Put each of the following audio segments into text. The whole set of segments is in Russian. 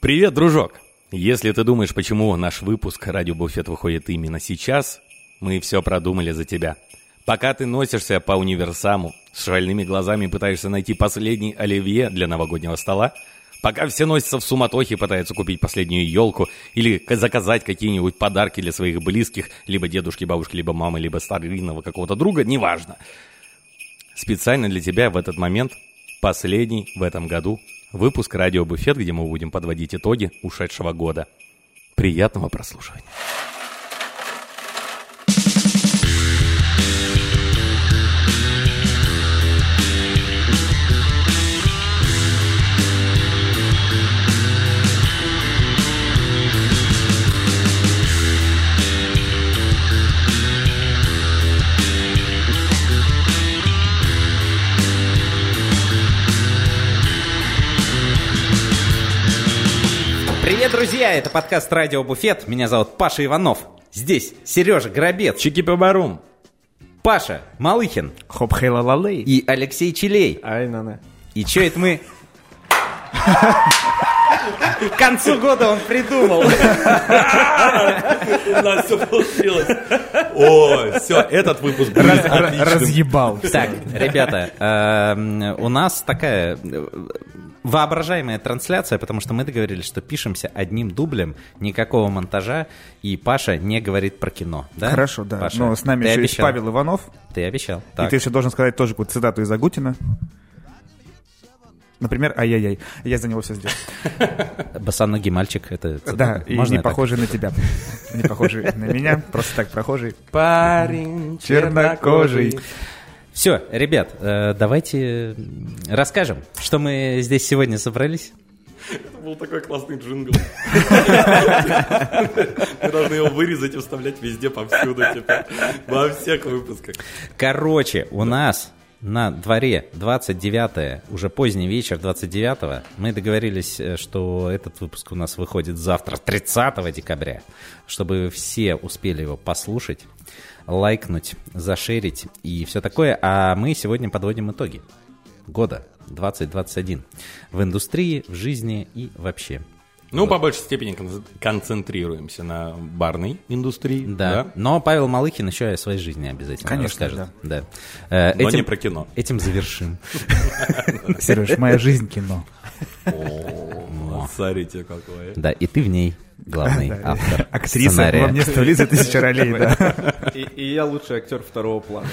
Привет, дружок! Если ты думаешь, почему наш выпуск «Радио Буфет» выходит именно сейчас, мы все продумали за тебя. Пока ты носишься по универсаму, с шальными глазами пытаешься найти последний оливье для новогоднего стола, пока все носятся в суматохе, пытаются купить последнюю елку или к- заказать какие-нибудь подарки для своих близких, либо дедушки, бабушки, либо мамы, либо старинного какого-то друга, неважно. Специально для тебя в этот момент последний в этом году выпуск «Радио Буфет», где мы будем подводить итоги ушедшего года. Приятного прослушивания. Привет, друзья! Это подкаст «Радио Буфет». Меня зовут Паша Иванов. Здесь Сережа Гробец, чики барум Паша Малыхин Хоп хей ла лей и Алексей Челей. Ай, на на. И чё это мы... К концу года он придумал. У нас все получилось. О, все, этот выпуск будет отличным. Разъебал. Так, ребята, эм, у нас такая э, воображаемая трансляция, потому что мы договорились, что пишемся одним дублем, никакого монтажа, и Паша не говорит про кино. да? Хорошо, да. Паша, Но с нами ты еще есть обещал. Павел Иванов. Ты обещал. И Так. ты еще должен сказать тоже какую-то цитату из Агутина. Например, ай-яй-яй. Я за него все сделал. Босоногий мальчик, это цитата? Да, и Можно не я так? похожий на тебя. Не похожий на меня, просто так прохожий. Парень Чернокожий. Все, ребят, э, давайте м, расскажем, что мы здесь сегодня собрались. Это был такой классный джингл. Мы должны его вырезать и вставлять везде, повсюду, типа, во всех выпусках. Короче, у нас на дворе 29 уже поздний вечер 29 мы договорились, э, что этот выпуск у нас выходит завтра, 30 декабря, чтобы все успели его послушать, лайкнуть, зашерить и все такое. А мы сегодня подводим итоги года 2021 в индустрии, в жизни и вообще. Ну, по большей степени кон- концентрируемся на барной индустрии. Да. Но Павел Малыхин еще и о своей жизни обязательно Конечно, расскажет. Да. Э, Но этим, не про кино. этим завершим. Сереж, моя жизнь кино. О, смотрите, какое. Да, и ты в ней главный автор Актриса сценария. во мне сто лиц и тысяча ролей, да. И, и я лучший актер второго плана.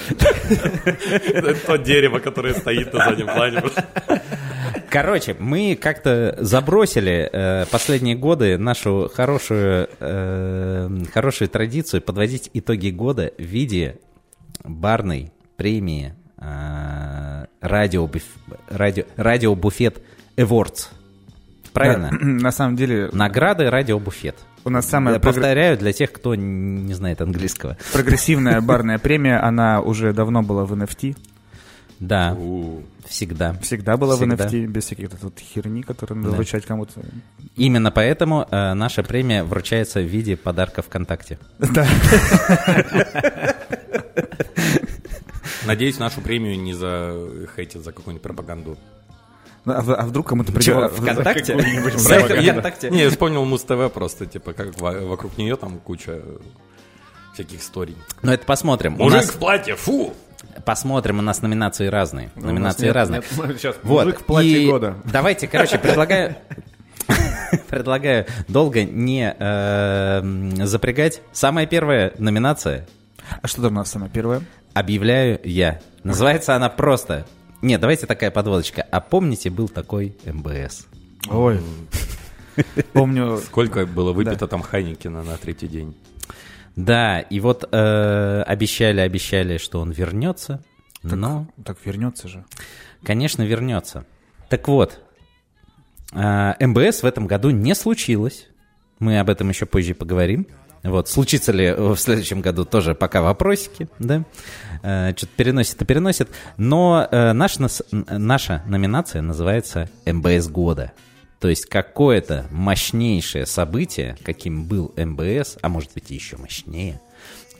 Это то дерево, которое стоит на заднем плане. Короче, мы как-то забросили э, последние годы нашу хорошую, э, хорошую традицию подводить итоги года в виде барной премии э, радио, Буф- радио, радио Буфет Awards. Правильно? На самом деле, Награды Радио Буфет. у нас Я самая прогр- повторяю для тех, кто н- не знает английского. прогрессивная барная премия, она уже давно была в NFT. Да, У. всегда. Всегда была в Всегда. NFT, без всяких вот этой вот херни, которую надо Да. вручать кому-то. Именно поэтому э, наша премия вручается в виде подарка ВКонтакте. Да. Надеюсь, нашу премию не захейтят за какую-нибудь пропаганду. Ну, А в- а вдруг кому-то придет... ВКонтакте? Сайт Я- Не, я вспомнил Муз-ТВ просто, типа, как во- вокруг нее там куча э, всяких историй. Ну это посмотрим. У Мужик нас в платье, фу! посмотрим, у нас номинации разные. номинации Ну, нет- разные. нет, сейчас вот. мужик в платье И года. Давайте, короче, предлагаю. Предлагаю долго не э, м, запрягать. Самая первая номинация А что там у нас самое первое? объявляю я. Называется она просто. Нет, давайте такая подводочка. А помните, был такой МБС? Ой. Помню... Сколько было выпито там Хайникина на третий день? Да, и вот э, обещали, обещали, что он вернется, но, Так вернется же. конечно, вернется. Так вот, э, МБС в этом году не случилось. Мы об этом еще позже поговорим. Вот, случится ли в следующем году тоже пока вопросики, да? что-то переносит и переносит. Но э, наш нас- н- наша номинация называется «МБС года». То есть какое-то мощнейшее событие, каким был МБС, а может быть и еще мощнее,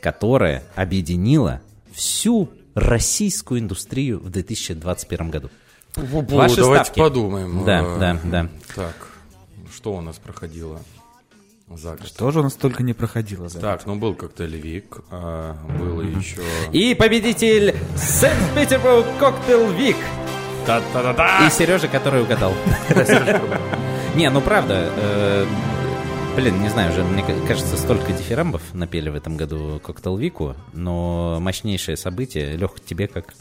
которое объединило всю российскую индустрию в 2021 году. Ваши давайте ставки. подумаем. Да, Э, да, да. Так, что у нас проходило за год? Что же у нас только не проходило за Так, ну был коктейль-вик, а, было еще... И победитель Санкт-Петербург Коктейл Вик. И Сережа, который угадал. Не, ну правда. э, Блин, не знаю уже, мне ка- кажется, столько дифирамбов напели в этом году Коктейл Вику, но мощнейшее событие. Лех, тебе как?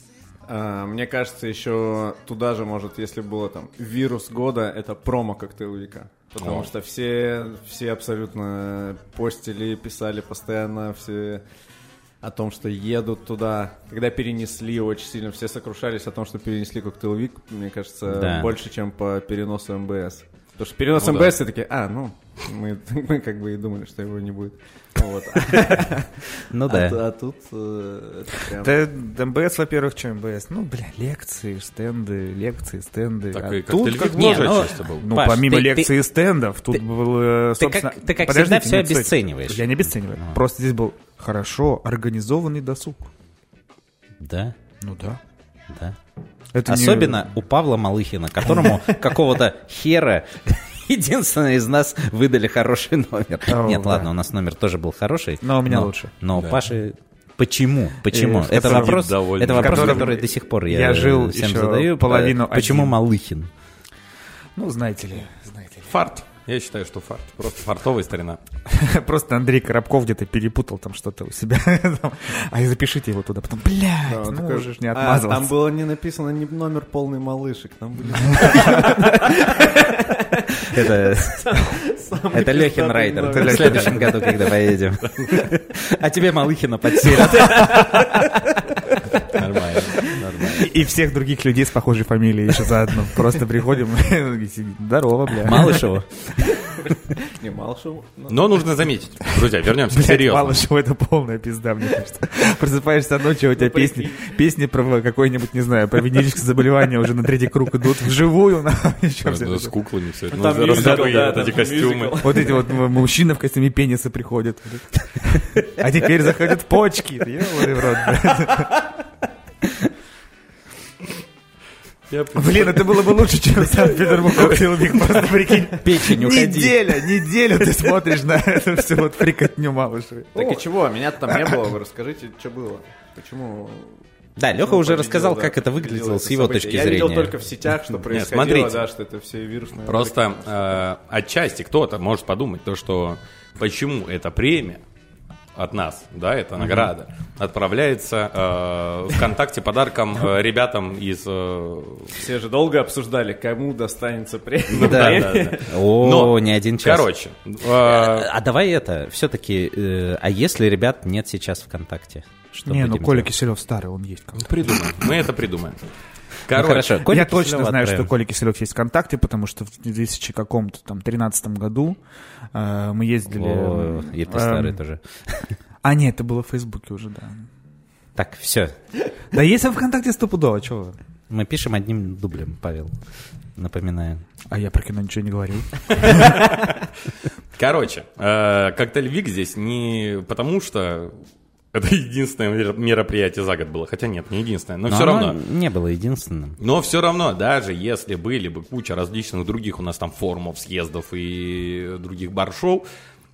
А, Мне кажется, еще туда же, может, если было там вирус года, это промо коктейл века. Потому что все, все абсолютно постили, писали постоянно, все о том, что едут туда. Когда перенесли очень сильно, все сокрушались о том, что перенесли коктейл вик, мне кажется, Да. больше, чем по переносу МБС. Потому что перенос Ну да. МБС, все такие, а, ну, мы, мы как бы и думали, что его не будет. Вот. Ну А, да. т- а тут э, это прям- Да, да, МБС, во-первых, что МБС? Ну, бля, лекции, стенды, лекции, стенды. Так А и тут, коктейль-вик не, тоже ну- отчасти был. ну, Паш, помимо ты- лекций и стендов, тут ты- был, э, ты как- собственно... ты как всегда Подождите, всё нет, стойте. обесцениваешь. Я не обесцениваю. Просто здесь был хорошо организованный досуг. Да, Ну да. да. Это не- Особенно у Павла Малыхина, которому какого-то хера единственное из нас выдали хороший номер. О, Нет, да. ладно, у нас номер тоже был хороший. Но у меня лучше. Но Да. Паши... Почему? Почему? Э, в это котором- вопрос, это Недовольный. вопрос, В котором который до сих пор я, я жил всем еще задаю. Э, половину Почему один. Малыхин? Ну, знаете ли, знаете ли. Фарт. Я считаю, что фарт. Просто фартовая старина. Просто Андрей Коробков где-то перепутал там что-то у себя. Там, А и запишите его туда. Потом, блядь, Да, он ну такой, уже ж не «А, отмазываться. там было не написано ни номер полный малышек, там были Это, самые это Лехин пиздатые Райдер. номера. в следующем году, когда поедем. А тебе Малыхина подселят. Нормально, нормально. И- И всех других людей с похожей фамилией еще заодно. Просто приходим и сидим. Здорово, бля. Малышеву. Не, Малышев, ну, Но нужно заметить, друзья, вернемся Блядь, серьезно. мало чего, это полная пизда, мне кажется. Просыпаешься ночью, а у тебя песни, песни про какое-нибудь, не знаю, про венерическое заболевание уже на третий круг идут вживую. на- еще все Ну, С такое. куклами все это. Там Ну, мюзикл, раздобыли да, вот там эти костюмы. Вот эти вот м- мужчины в костюме пенисы приходят. А теперь заходят почки. Ёбаный в рот, бля. Я Блин, это было бы лучше, чем Санкт-Петербург Коктейл Вик. Просто прикинь, Печень, уходи. неделя, неделю ты смотришь на эту всю вот прикотню малыши. Так и чего, меня там не было, вы расскажите, что было. Почему? Да, Леха ну, уже победило, рассказал, да, как это победило выглядело с его событие. точки Я зрения. видел только в сетях, что происходило, смотрите. да, что это все вирусные. Просто э, отчасти кто-то может подумать то, что почему эта премия от нас, да, это награда, отправляется э, ВКонтакте подарком э, ребятам из... э, Все же долго обсуждали, кому достанется премия. ну, Да. да. О, Но, не один час. Короче, э, А давай это, все-таки, э, а если ребят нет сейчас ВКонтакте? Что Не, ну будем Коля делать? Киселев старый, он есть. как-то. придумаем, мы это придумаем. Ну, Короче, хорошо, Коля я Киселева точно знаю, отправим. что Коля Киселев есть ВКонтакте, потому что в 2000 каком-то там 13 году э, мы ездили... О, м, и ты эм, старый тоже. А, нет, это было в Фейсбуке уже, да. Так, все. Да есть он ВКонтакте стопудово, чего вы? Мы пишем одним дублем, Павел. Напоминаю. А я про кино ничего не говорил. Короче, э, коктейль Вик здесь не потому, что это единственное мер- мероприятие за год было. Хотя нет, не единственное, но, все оно равно. Не было единственным. Но все равно, даже если были бы куча различных других у нас там форумов, съездов и других бар-шоу,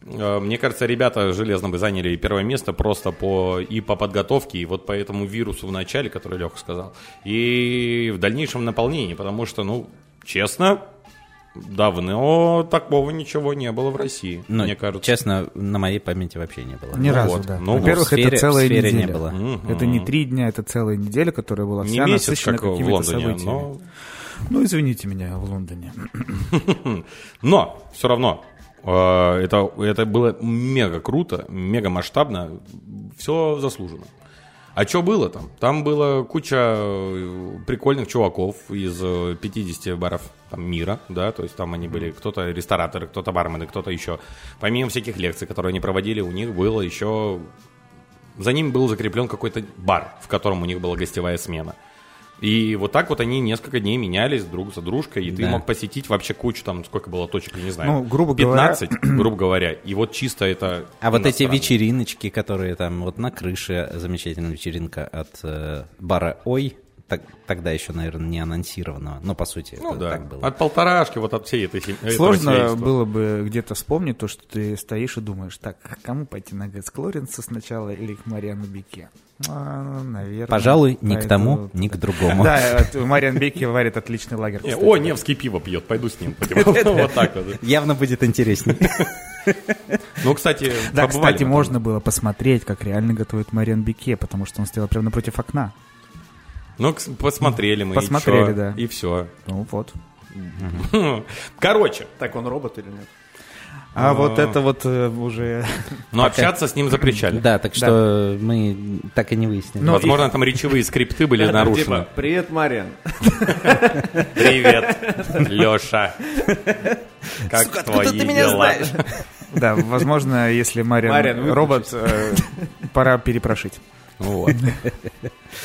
э, мне кажется, ребята железно бы заняли первое место просто по, и по подготовке, и вот по этому вирусу в начале, который Леха сказал, и в дальнейшем наполнении, потому что, ну, честно, давно такого ничего не было в России, Ну, мне кажется. честно, на моей памяти вообще не было. Ни Ну разу, вот, да. ну вот. Во-первых, В сфере- это целая в сфере не неделя. было. Мгм. Это не три дня, это целая неделя, которая была не вся месяц, насыщена как в какими-то Лондоне, событиями. но Ну, извините меня, в Лондоне. Но все равно э, это, это было мега круто, мега масштабно, все заслужено. А что было там? Там было куча э, прикольных чуваков из э, 50 баров там, мира, да, то есть там они были кто-то рестораторы, кто-то бармены, кто-то еще. Помимо всяких лекций, которые они проводили, у них было еще... За ним был закреплен какой-то бар, в котором у них была гостевая смена. И вот так вот они несколько дней менялись друг за дружкой, и ты Да. мог посетить вообще кучу, там, сколько было точек, я не знаю. Ну, грубо говоря- 15, грубо говоря. И вот чисто это... А вот эти иностранные. вечериночки, которые там вот на крыше, замечательная вечеринка от э, бара «Ой», так- тогда еще, наверное, не анонсированного. Но, по сути, Ну это да, так было. от полторашки, вот от всей этой хим- этого Сложно семейства. было бы где-то вспомнить то, что ты стоишь и думаешь, так, к кому пойти на Гэтс Клоренса сначала или к Мариану Бике? А, наверное. Пожалуй, ни к тому, пойду- ни к другому. Да, вот Мариан Бике варит отличный лагерь. Не, кстати. Э, О, Невский пиво пьет, пойду с ним. Вот так вот. Явно будет интереснее. Ну, кстати, Да, побывали кстати, мы там. можно было посмотреть, как реально готовит Мариан Бике, потому что он стоял прямо напротив окна. Ну, кс- посмотрели мы. и Посмотрели, чё? да. И все. Ну вот. Короче, Так он робот или нет? А вот это вот э, уже... но Ну, общаться с ним запрещали. Да, так что мы так и не выяснили. Ну, Возможно, там речевые скрипты были нарушены. Типа, привет, Мариан. типа, Привет, Леша. Как твои дела? Да, возможно, если Мариан, Мариан выключись. робот, э, пора перепрошить. Вот.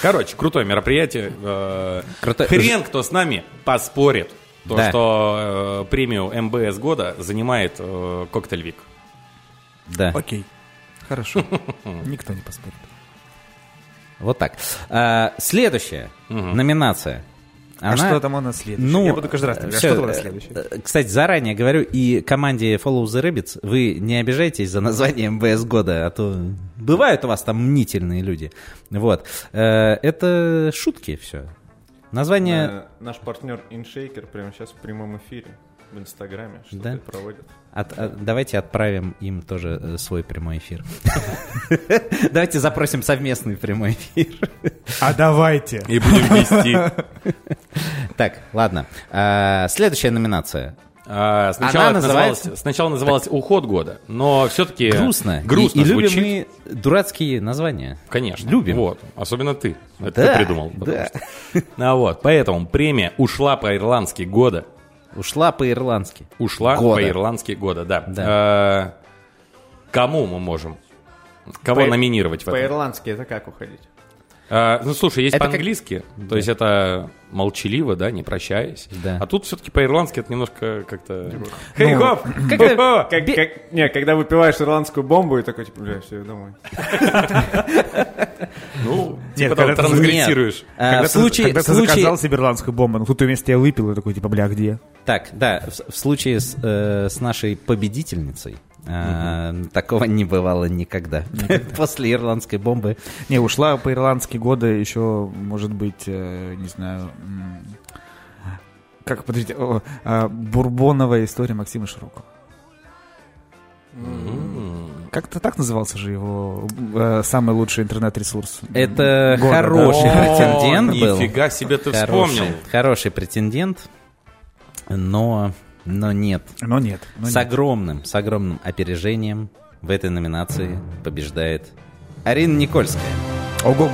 Короче, крутое мероприятие. Э, Крутое. Хрен кто с нами поспорит. То, Да. что э, премию МБС года занимает э, Коктейль Вик. Да. Окей. Хорошо. Никто не поспорит. Вот так. А, следующая номинация. А Она- что там у нас следующее? Ну, Я буду каждый раз так говорить, всё, а что там у нас э, следующее? э, Кстати, заранее говорю, и команде Follow the Rabbits вы не обижайтесь за название МБС года, а то бывают у вас там мнительные люди. Вот. Э, Это шутки все. Название... Э, Наш партнер Иншейкер прямо сейчас в прямом эфире в Инстаграме Да. что-то проводит. от- от- давайте отправим им тоже э, свой прямой эфир. Давайте запросим совместный прямой эфир. А давайте. И будем вести. Так, ладно. А, Следующая номинация. А, Сначала Она это называлось- называется- сначала называлась уход года, но все-таки Грустно. грустно И- И любим звучит. мы дурацкие названия. Конечно. Любим. Вот. Особенно ты. Это Да, ты придумал. потому да. что. А вот. Поэтому премия ушла по-ирландски года. Ушла по-ирландски. Ушла Года. по-ирландски года, да. Да. Э, кому мы можем? Кого По- номинировать в этом? По-ирландски это как уходить? Э, ну, слушай, есть Это как- по-английски, то есть это молчаливо, да, не прощаясь. Да. А тут все-таки по-ирландски это немножко как-то... Хей, Ну, хоп! Ну, Как- как- как- Не, когда выпиваешь ирландскую бомбу и такой, типа, бля, все, домой. Ну, типа Нет, там когда ты- трансгрессируешь. Нет. А, Когда в случае, ты, когда в ты случае- заказал себе ирландскую бомбу, ну тут вместе я выпил, и такой, типа, бля, где? Так, да, в, в случае с, э, с нашей победительницей э, такого не бывало никогда. После ирландской бомбы. Не, ушла по-ирландски года еще, может быть, э, не знаю... м, Как, подождите, о, а, Бурбоновая история Максима Широкого. Как-то так назывался же его э, самый лучший интернет-ресурс. Это Года, да. хороший претендент был. Нифига себе ты Хороший- вспомнил. Хороший претендент, но, но нет. Но нет. но с нет. огромным, с огромным опережением в этой номинации побеждает Арина Никольская. Ого-го.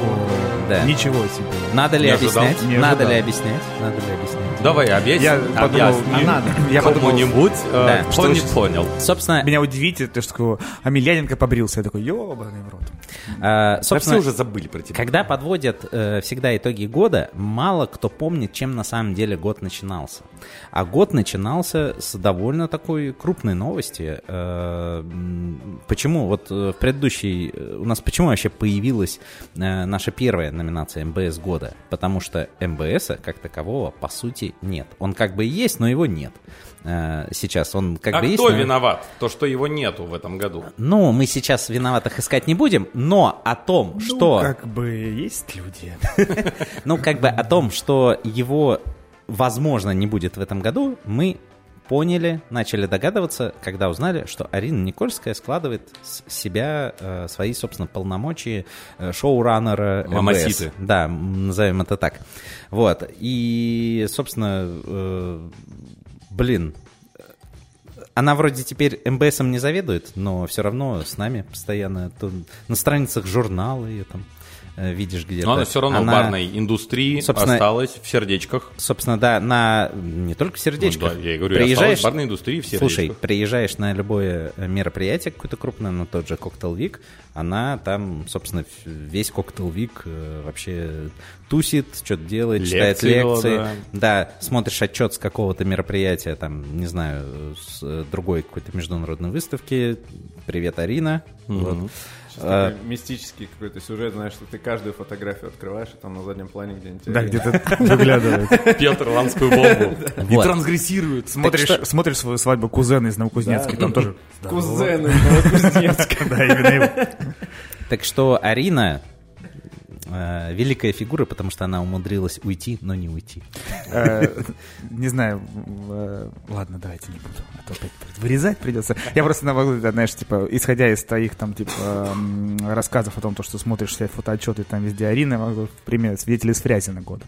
Да. Ничего себе. Надо ли Не ожидал, объяснять? не Надо ожидал. ли объяснять? Надо ли объяснять? Давай, объясни. Я объясни. подумал, а надо. Я подумал, Кому-нибудь, э, Да. кто Что не понял. Собственно, Меня удивите, ты что такое, а Мильяненко побрился. Я такой, ебаный в рот. а, Да все собственно, уже забыли про тебя. Когда подводят э, всегда итоги года, мало кто помнит, чем на самом деле год начинался. А год начинался с довольно такой крупной новости. Э, м, почему вот э, в предыдущей э, у нас почему вообще появилась э, наша первая номинация МБС года? Потому что МБСа как такового по сути нет. Он как бы и есть, но его нет. Э, сейчас он как А бы есть. кто но- виноват? То, что его нету в этом году. Ну, мы сейчас виноватых искать не будем, но о том, Ну, что Ну, Как бы есть люди. Ну, как бы о том, что его, возможно, не будет в этом году, мы поняли, начали догадываться, когда узнали, что Арина Никольская складывает с себя э, свои, собственно, полномочия э, шоураннера МБС. Мамаситы. Да, м, назовем это так. Вот. И, собственно, э, блин, она вроде теперь МБСом не заведует, но все равно с нами постоянно. То на страницах журнала ее там э, видишь где-то. Но она все равно в барной индустрии собственно, осталась в сердечках. Собственно, да, на не только в сердечках. Ну да, я и говорю, я осталась приезжаешь, в барной индустрии в сердечках. Слушай, приезжаешь на любое э, мероприятие какое-то крупное, на тот же Коктейл Вик, она там, собственно, ф- весь Коктейл Вик э, вообще тусит, что-то делает, читает Лекции вела, лекции. Да, смотришь отчет с какого-то мероприятия, там, не знаю, с э, другой какой-то международной выставки. Привет, Арина. Вот. сейчас А. такой мистический какой-то сюжет, знаешь, что ты каждую фотографию открываешь, и там на заднем плане где-нибудь... Да, где-то выглядывает. Петр Ланскую бомбу. И Вот. трансгрессирует. что- Смотришь, смотришь свою свадьбу кузена из Новокузнецка, там тоже. Кузены, Новокузнецк. Да, именно его. Так что Арина э, великая фигура, потому что она умудрилась уйти, но не уйти. Э, Не знаю, э, ладно, давайте не буду, а то опять придёт- вырезать придется. Я просто на могу, да, знаешь, типа, исходя из твоих там, типа, эм, рассказов о том, то, что смотришь все фотоотчеты, там везде Арина, могу, пример, свидетели с Фрязина года.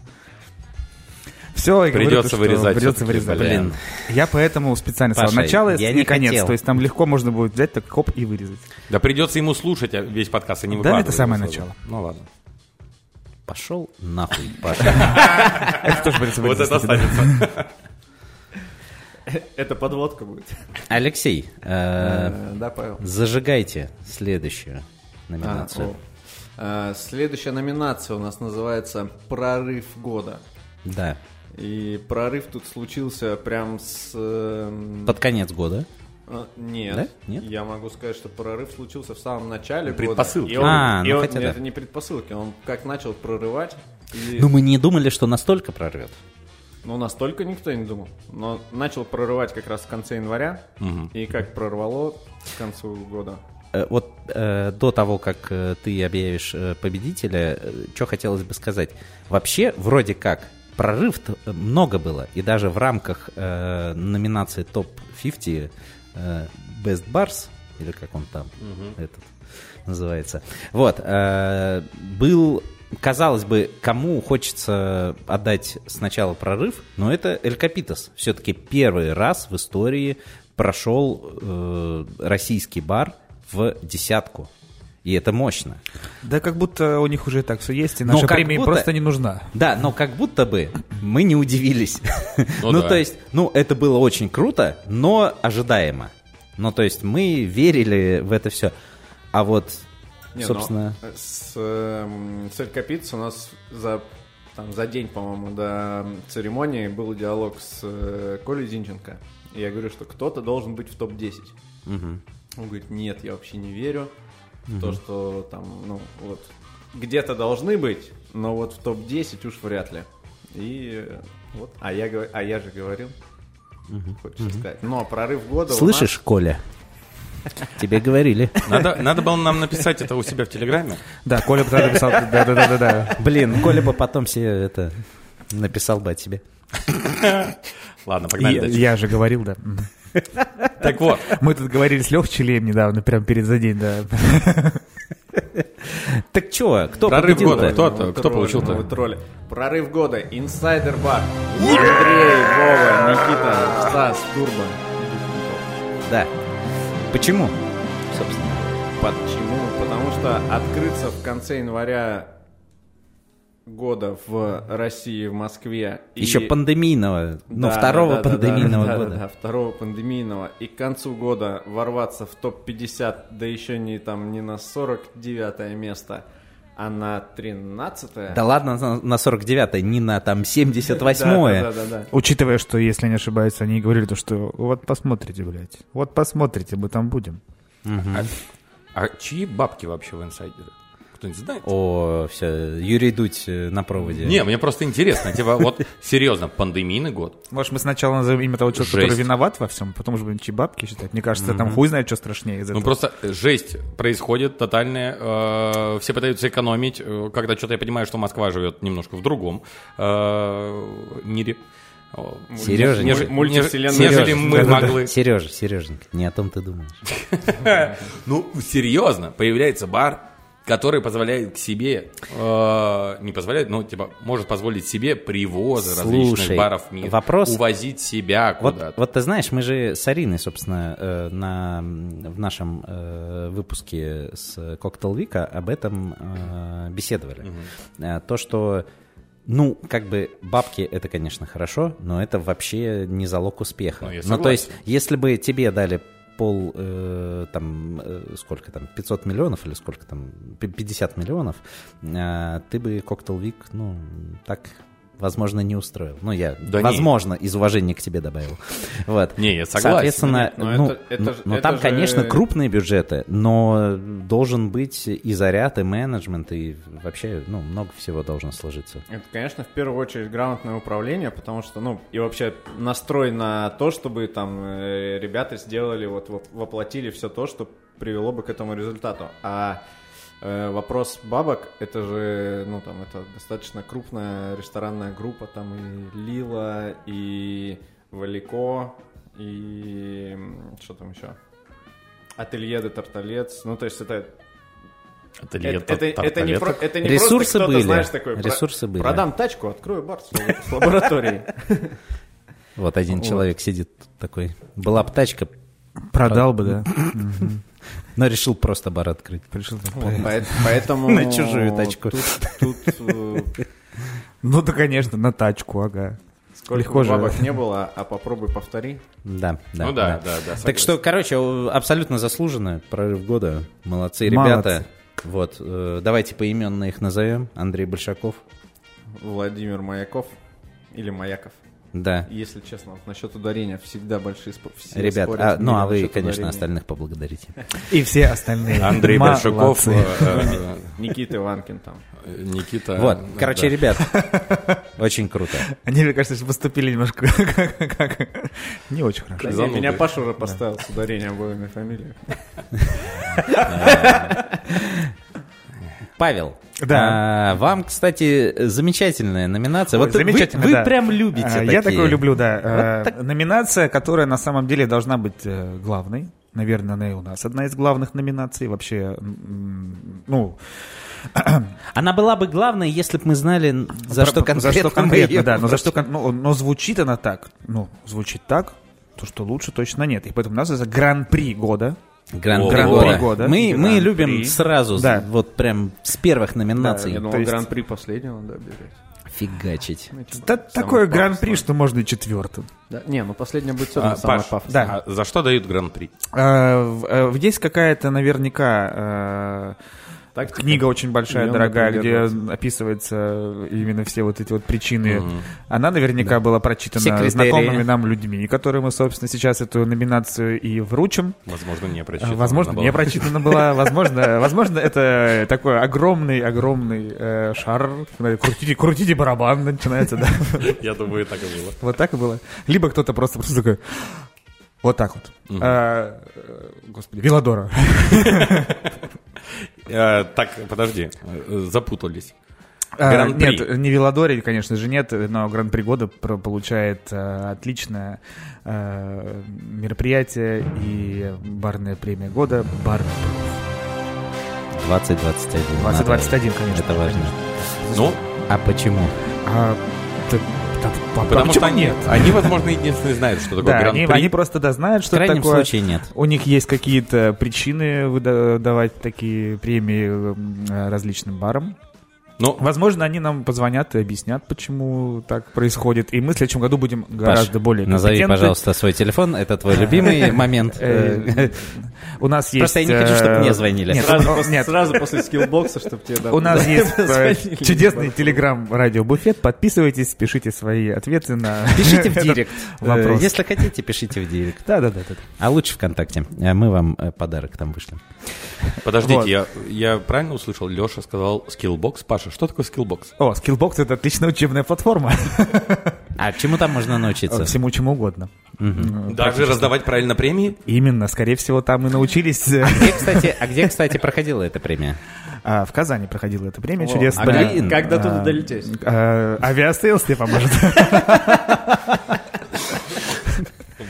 Все, Придется вырезать Придется всё-таки, вырезать. блин. Я поэтому специально сказал Паша, начало я и не конец. хотел. То есть там легко можно будет взять, так хоп, и вырезать. Да придется ему слушать а, весь подкаст, а не Да, выкладывать это самое его сразу. начало. Ну ладно. Пошел нахуй, Паша. Это тоже придется Вот вырезать. это останется. Это подводка будет. Алексей, э, Э, Да, Павел? зажигайте следующую А, о. номинацию. Э, Следующая номинация у нас называется «Прорыв года». Да, И прорыв тут случился прям с... эм, под конец года. э, Нет. Да? Нет? Я могу сказать, что прорыв случился в самом начале Предпосылки. года. И он- А, и ну он- хотя да. Это не предпосылки, он как начал прорывать... и- Ну, мы не думали, что настолько прорвет. Ну, настолько никто не думал. Но начал прорывать как раз в конце января. И как прорвало к концу года. Э, Вот э, до того, как э, ты объявишь э, победителя, что хотелось бы сказать. Вообще, вроде как, прорыв много было, и даже в рамках э, номинации топ-50 э, Best Bars, или как он там этот называется, вот, э, был, казалось бы, кому хочется отдать сначала прорыв, но это Эль Капитас. Все-таки первый раз в истории прошел э, российский бар в десятку. И это мощно. Да как будто у них уже и так все есть, и Ну, наша как премия им будто- просто не нужна. Да, но как будто бы мы не удивились. Ну Ну, да. то есть, ну, это было очень круто, но ожидаемо. Ну, то есть, мы верили в это все. А вот, Не, собственно... но, э, с, эм, с Эль Капитас у нас за, там, за день, по-моему, до м, церемонии был диалог с э, Колей Зинченко. И я говорю, что кто-то должен быть в топ-10. Мгм. Он говорит, нет, я вообще не верю в то, что там, ну, вот, где-то должны быть, но вот в топ-10 уж вряд ли. И э, вот, а я, говор- а я же говорил, хочется сказать. Но прорыв года у Слышишь, Коля? Тебе говорили. Надо, надо было нам написать это у себя в Телеграме. Да, Коля бы тогда написал, да-да-да-да. Блин, Коля бы потом себе это написал бы о тебе. Ладно, погнали Я дальше. я же говорил, да. Мгм. Так вот, Мы тут говорили с Лех Челеем недавно, прям перед за день, да. Так чё, кто Прорыв победил-то? года. Ну, Кто-то? вы Кто тролли, получил-то? ну, вы тролли. Прорыв года. Инсайдер бар. Андрей, Вова, Никита, Стас, Турбо. Да. Почему? Собственно. Почему? Потому что открыться в конце января года в России, в Москве. и- Еще пандемийного, ну, Да, второго да, да, да, пандемийного да, да, года. да, второго пандемийного. И к концу года ворваться в топ-50, да еще не там не на 49 место, а на 13 Да ладно, на- на 49-е, не на там 78-е. Да, да, да, да. Учитывая, что, если не ошибаюсь, они говорили то, что вот посмотрите, блядь, вот посмотрите, мы там будем. а чьи бабки вообще в инсайдере? Кто-нибудь знает? О, все, Юрий Дудь э, на проводе. Не, мне просто интересно. Типа, вот серьезно, пандемийный год. Может, мы сначала назовем имя того человека, который Жесть. виноват во всем, потом уже будем чьи бабки считать. Мне кажется, там хуй знает, что страшнее из Ну этого. просто жесть происходит тотальная. э, все пытаются экономить. э, когда что-то я понимаю, что Москва живет немножко в другом э, мире. О, Сережа, неж- не- мультивселенная. нежели мы Да-да-да. могли. Сережа, Сереженька, не о том ты думаешь. Ну, серьезно, появляется бар, который позволяет к себе, э, не позволяет, ну, типа, может позволить себе привозы различных Слушай, баров мира. вопрос- Увозить себя Вот, куда-то. вот ты знаешь, мы же с Ариной, собственно, э, на, м, в нашем э, выпуске с Коктейл Вика об этом э, беседовали. Э, То, что, ну, как бы бабки это, конечно, хорошо, но это вообще не залог успеха. Ну, я ну, то согласен. есть, если бы тебе дали пол, э, там, э, сколько там, 500 миллионов или сколько там, пи- 50 миллионов, э, ты бы Коктейл Вик, ну, так возможно, не устроил. Ну, я, Да не. возможно, из уважения к тебе добавил. Вот. Не, я согласен. Соответственно, Но ну, это- это ну, ж- ну, это там, же- конечно, крупные бюджеты, но должен быть и заряд, и менеджмент, и вообще, ну, много всего должно сложиться. Это, конечно, в первую очередь грамотное управление, потому что, ну, и вообще настрой на то, чтобы там э, ребята сделали, вот воп- воплотили все то, что привело бы к этому результату. А э, вопрос бабок, это же, ну, там, это достаточно крупная ресторанная группа, там и Лила, и Валико, и м, что там еще? Ателье де Тарталец, ну, то есть это Это, ли это это, это- это тарталет? не, про- это не Ресурсы просто кто-то, были. знаешь, такой, про- Ресурсы были. Продам тачку, открою бар с- с лабораторией. Вот один Вот. человек сидит такой, была бы тачка, Продал бы, да. но решил просто бар открыть. Пришел там, Вот, блядь. поэт- Поэтому... На чужую тачку. Тут, тут, э, Ну да, конечно, на тачку, ага. сколько Легко бы же. бабок не было, а попробуй повтори. Да, да. Ну да, да, да. Так что, короче, у- абсолютно заслуженно. Прорыв года. Молодцы, Молодцы. ребята. Вот, э, давайте поименно их назовем. Андрей Большаков. Владимир Маяков или Маяков. Да. Если честно, вот насчет ударения всегда большие спо- все Ребят, спорят а, с ну ними а вы, насчет конечно, ударения. остальных поблагодарите. И все остальные. Андрей Молодцы. Большаков, э, э, Никита Иванкин там. э, Никита... Вот, э, короче, да. ребят, очень круто. Они, мне кажется, поступили немножко как- как- не очень хорошо. Да не, зануды. меня Паша уже поставил с ударением обоими фамилиями. Павел, Да. а, вам, кстати, замечательная номинация. Ой, вот вы- замечательно, вы да. прям любите. А, Я такие. такое люблю, да. Э, Номинация, которая на самом деле должна быть э, главной. Наверное, она и у нас одна из главных номинаций. Вообще, м, ну, Она была бы главной, если бы мы знали, за что про- конкретно. за что мы конкретно, её да. Но, за что, кон- ну, но звучит она так. Ну, звучит так, то, что лучше точно нет. И поэтому у нас это гран-при года. Гран-при Гран-при года. года. Мы, мы Гран-при. любим сразу, с- Да. вот прям с первых номинаций Я То думал, есть- гран-при последнего надо бежать. фигачить. Та- такое гран-при, что можно и четвертым. Да, не, ну последняя будет все А, равно самая Паш, пафосная. Да. а за что дают гран-при? А, в- э, Есть какая-то наверняка э, Тактика. книга очень большая, Миллион дорогая, где опровергнуть. описываются именно все вот эти вот причины. Она наверняка была Все прочитана критерии. знакомыми нам людьми, которые мы, собственно, сейчас эту номинацию и вручим. Возможно, не прочитано. Возможно, было. не прочитана была. Возможно, возможно, это такой огромный-огромный э, шар. Крутите, крутите барабан, начинается, да. Я думаю, так и было. Вот так и было. Либо кто-то просто, просто такой... Вот так вот. А, э, Господи, Виладора. Э, Так, подожди, э, запутались. А, Гран-при. Нет, не Виладори, конечно же, нет, но Гран-при года про- получает э, отличное э, мероприятие и барная премия года. Бар 2021. 2021, конечно. Это важно. Ну, А почему? А, да, да, а потому почему что они, нет? они, возможно, единственные знают, что такое Да, они, они гран-при. просто да, знают, В что это крайнем такое. случае нет. У них есть какие-то причины выдавать такие премии м, э, различным барам. Ну, Возможно, они нам позвонят и объяснят, почему так происходит. И мы в следующем году будем гораздо Паш, более Назови, компетентны. пожалуйста, свой телефон. Это твой любимый момент. Э, У нас есть... Просто я не хочу, э, чтобы мне звонили. Нет, Сразу, у- после, нет. сразу после скиллбокса, чтобы тебе У нас есть э, Звонили. чудесный телеграм-радио-буфет. Подписывайтесь, пишите свои ответы на... Пишите в этот директ. Э, Вопрос. Если хотите, пишите в директ. Да-да-да. да. А лучше ВКонтакте. Э, Мы вам э, подарок там вышлем. подождите, вот. я, я правильно услышал? Леша сказал скиллбокс. Паша, что такое скиллбокс? О, Skillbox — это отличная учебная платформа. А чему там можно научиться? Всему чему угодно. М, Даже раздавать правильно премии? Именно, скорее всего, там и научились. э, Где, кстати, а где, кстати, проходила эта премия? а, В Казани проходила эта премия Во, чудесная. а блин. как- Когда туда А, долететь? а, Авиасейлс тебе поможет.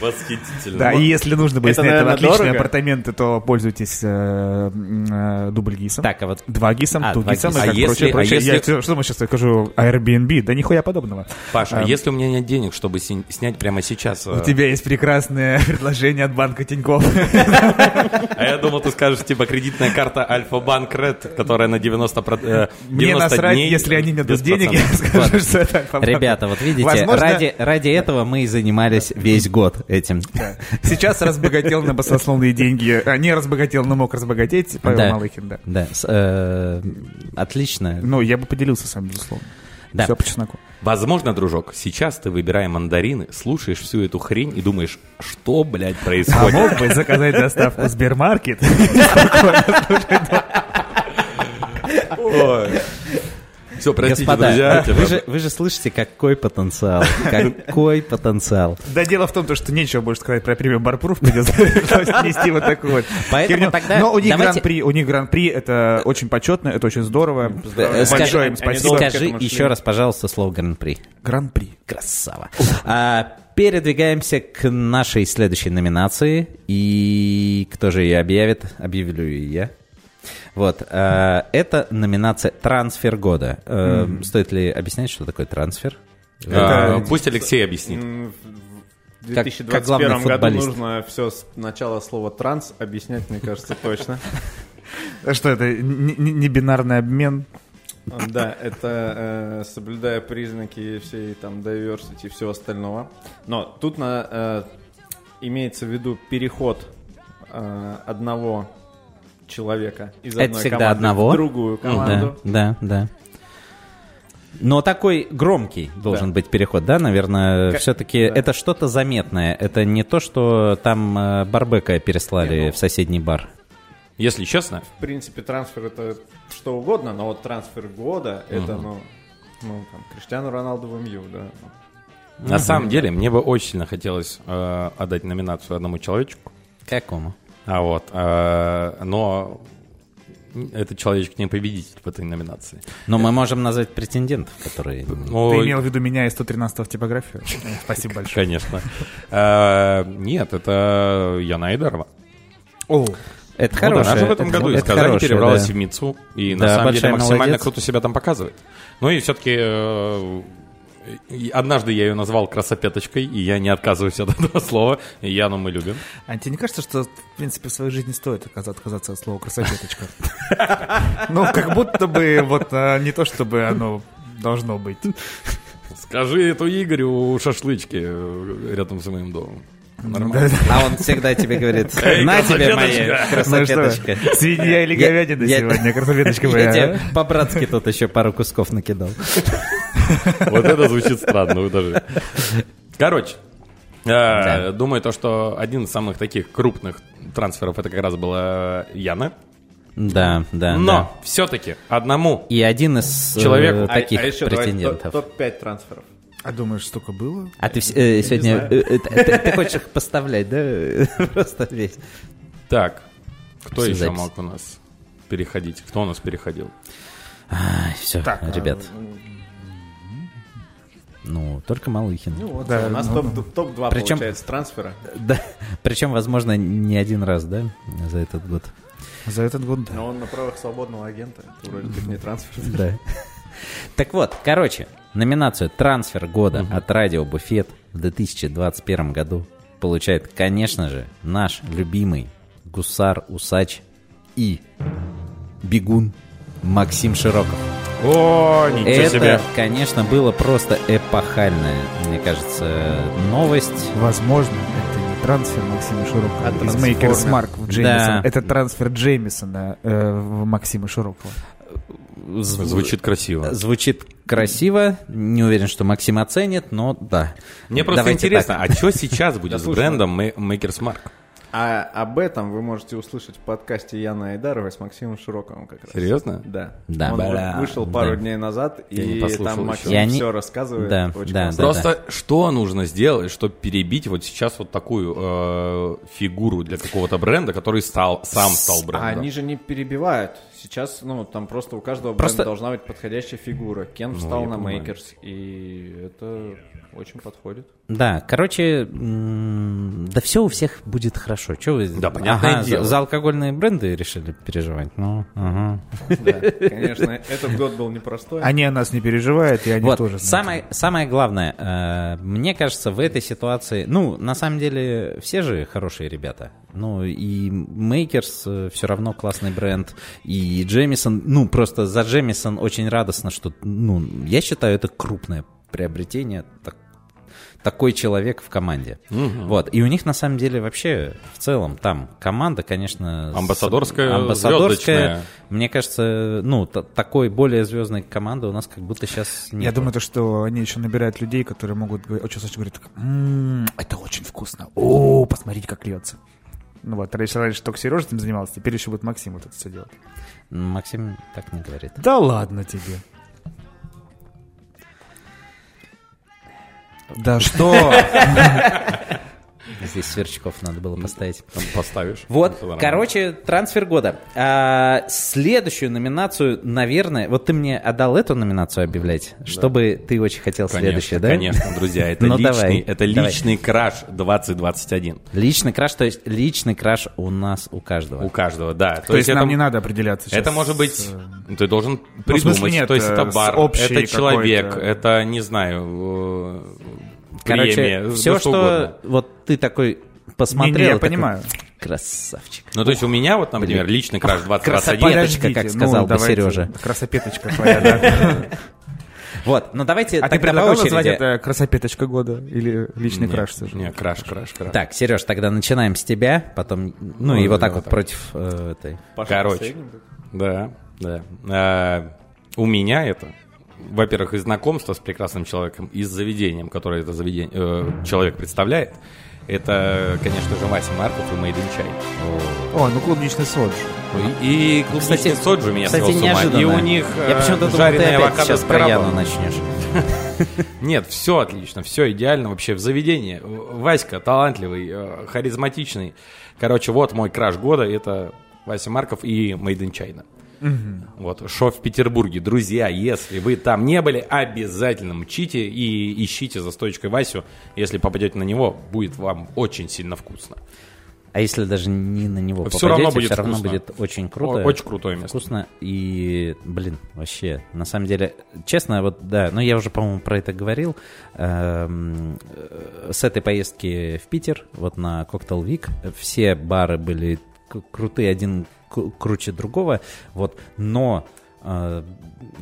Восхитительно. Да, и если нужно будет Это, снять там наверное, отличные дорого. апартаменты, то пользуйтесь э, м, э, дубль гисом. Так, а вот Два гисом, А, ту два гисом и гиса. А так если- прочее, а прочее. если- Я тебе- что мы сейчас скажу? Airbnb? Да нихуя подобного. Паша, а Эм. если у меня нет денег, чтобы си- снять прямо сейчас? э, У тебя есть прекрасное предложение от банка Тинькофф. А я думал, ты скажешь, типа, кредитная карта Альфа-Банк Ред, которая на 90, про- э, 90 Мне насрать, дней если они мне без дадут денег, я процентов. скажу, что это Альфа-банк. Ребята, вот видите, Возможно- ради, ради этого мы и занимались весь год этим. Сейчас разбогател на баснословные деньги. А, Не разбогател, но мог разбогатеть. Павел Да. Малыхин, да. Да, с- э, отлично. Ну, я бы поделился сам, безусловно. Да. Все по чесноку. Возможно, дружок, сейчас ты, выбирая мандарины, слушаешь всю эту хрень и думаешь, что, блядь, происходит? А Мог бы заказать доставку в Сбермаркет. Все, Ну, простите, Господа, друзья. вы, же, вы же слышите, какой потенциал. Какой потенциал. Да дело в том, то, что нечего больше сказать про премию Барпруф, придется пришлось нести вот такую вот Поэтому херню. тогда Но у них давайте- гран-при, у них гран-при, это очень почетно, это очень здорово. Большое им спасибо. скажи еще раз, пожалуйста, слово гран-при. Гран-при. Красава. А, передвигаемся к нашей следующей номинации. И кто же ее объявит? Объявлю и я. Вот. а, это номинация «Трансфер года». Э, Стоит ли объяснять, что такое трансфер? А, Пусть Алексей объяснит. М, В Как- как главный 2021 году футболист. нужно все с начала слова транс объяснять, мне кажется, точно. Что это, не не бинарный обмен? Да, это э, соблюдая признаки всей там diversity и всего остального. Но тут на, э, имеется в виду переход э, одного человека из Это одной всегда команды одного. Ну в другую Да, команду. да, да. Но такой громкий должен Да. быть переход, да, наверное, Как- все-таки да. это что-то заметное. Это не то, что там э, Барбека переслали Не, ну- в соседний бар. Если честно, В принципе, трансфер это что угодно, но вот трансфер года это, ну, ну, там, Криштиану Роналду в МЮ, да. на самом деле, мне бы очень сильно хотелось э, отдать номинацию одному человечку. Какому? А вот, э, но этот человечек не победитель в этой номинации. Но мы можем назвать претендентов, которые... Ну, Ты имел в виду меня и 113-го в типографию? Спасибо большое. Конечно. Э, Нет, это Яна Айдарова. О, Это Ну да, хорошее. она же в этом это- году из это Казани хорошее, перебралась да. в МИЦУ. И Да, на самом большая деле максимально молодец. круто себя там показывает. Ну и все-таки однажды я ее назвал красопеточкой, и я не отказываюсь от этого слова. И Яну мы любим. а тебе не кажется, что, в принципе, в своей жизни стоит оказ- отказаться от слова «красопеточка»? Ну, как будто бы вот а, не то, чтобы оно должно быть. Скажи эту Игорю у шашлычки э, рядом с моим домом. Нормально. А он всегда тебе говорит, на тебе моя Ну что, красотеточка. свинья или Я- говядина я- сегодня, красопеточка Я тебе моя. а? по-братски тут еще пару кусков накидал. Вот это звучит странно вы даже. Короче, э, Да. думаю, то, что один из самых таких крупных трансферов это как раз была Яна. Да, да. да. Но все-таки одному И один из э, Человеку. таких еще давай претендентов. топ- топ-5 трансферов. А думаешь, столько было? А ты вс- э, сегодня... знаю. э, э, Ты ты хочешь их поставлять, да? Просто весь. Так, кто Всю еще запись. мог у нас переходить? Кто у нас переходил? Все, Так, а, ребят. Ну, только Малыхин. Ну вот, Да, у нас ну, топ- ну. топ- топ-2 Причем- получается трансфера. Да, причем, возможно, не один раз, да, за этот год. За этот год, да. Но он на правах свободного агента. Это Вроде как не трансфер. Да. Так вот, короче, номинацию «Трансфер года» от радио «Буфет» в 2021 году получает, конечно же, наш любимый гусар Усач и бегун Максим Широков. О, ничего Это, себе! конечно, было просто эпохальная, мне кажется, новость. Возможно, это не трансфер Максима Широкова А из Мейкерс Марк в Да. Джеймисон. Это трансфер Джеймисона э, в Максима Широкова. Зв- Звучит красиво. Звучит красиво, не уверен, что Максим оценит, но да. Мне просто Давайте интересно, так. а что сейчас будет с слушай, брендом Ма- Maker's Mark? А об этом вы можете услышать в подкасте Яна Айдаровой с Максимом Широковым как раз. Серьезно? Да. Да. Он Бля. вот вышел пару Да. дней назад, Я не и послушал еще. там Максим Я не- все рассказывает. Да, очень да, классно. да. Просто что нужно сделать, чтобы перебить вот сейчас вот такую э, фигуру для какого-то бренда, который стал, сам стал А брендом? они же не перебивают. Сейчас, ну, там просто у каждого Просто- Ну, бренда должна быть подходящая фигура. Кен встал я на понимаю. Мейкерс, и это очень подходит. Да, короче, м, да все у всех будет хорошо. Че вы Да, понятное Ага, за- дело. за алкогольные бренды решили переживать? Ну, ага. Да, конечно, этот год был непростой. Они о нас не переживают, и они Вот, тоже. самое, самое главное, э, мне кажется, в этой ситуации, ну, на самом деле, все же хорошие ребята. Ну, и Makers все равно классный бренд, и Джемисон, ну, просто за Джемисон очень радостно, что, ну, я считаю, это крупное приобретение, так, такой человек в команде. Вот. И у них на самом деле вообще в целом там команда, конечно, с- Амбассадорская, звездочная. амбассадорская. Мне кажется, ну та- такой более звездной команды у нас как будто сейчас нет. Я думаю, то, что они еще набирают людей, которые могут говорить... Очень Саша говорит, «М, это очень вкусно. О, посмотрите, как льется. Ну вот, раньше, раньше только Сережа этим занимался, теперь еще будет Максим вот это все делать. Ну, Максим так не говорит. Да ладно тебе. Да что? Здесь сверчков надо было поставить. ну, Там поставишь. Вот, Это нормально. короче, трансфер года. А, следующую номинацию, наверное, вот ты мне отдал эту номинацию объявлять, чтобы ты очень хотел следующую, да? Конечно, друзья, это Ну, личный, давай, это давай. личный краш 2021 Личный краш, то есть личный краш у нас у каждого. у каждого, да. То, То есть нам это, не надо определяться сейчас это может быть, с, э, ну, ты должен в смысле, придумать, нет, то есть это э, с бар, общей это человек, какой-то- это не знаю, э, Короче, премия, все, да что, угодно. вот ты такой посмотрел. Не-не, я такой, понимаю. Красавчик. Ну, то есть у меня вот, например, Блин. личный краш 2021 Красопеточка, как сказал бы ну, давайте, Сережа. Красопеточка твоя, да. Вот, ну давайте А ты тогда предлагал по очереди. назвать это красопеточка года или личный Нет, краш? Сережа? Нет, краш, краш, краш. Так, Сереж, тогда начинаем с тебя, потом, ну, и вот так вот против э, этой. Паша Короче. последним был? Да, да. А, у меня это, во-первых, из знакомства с прекрасным человеком, и с заведением, которое это заведение, э, человек представляет, это, конечно же, Вася Марков и Made in China. О, ну клубничный сод. И клубничный соджу меня кстати, свел с ума. неожиданно. И у них Я почему-то э, думал, ты жареные опять авокадо сейчас с про Яну крабом. начнешь. Нет, все отлично, все идеально вообще в заведении. э, Васька талантливый, э, харизматичный. Короче, вот мой краш года, это Вася Марков и Made in China. Вот, шо в Петербурге. Друзья, если вы там не были, обязательно мчите и ищите за стоечкой Васю. Если попадете на него, будет вам очень сильно вкусно. А если даже не на него Всё попадете, равно будет всё равно вкусно. будет очень круто. О- очень крутое место. Вкусно и, блин, вообще, на самом деле, честно, вот, да, ну я уже, по-моему, про это говорил. Эм, э, С этой поездки в Питер, вот на Cocktail Week, все бары были к- крутые, один к- круче другого, вот, но... э,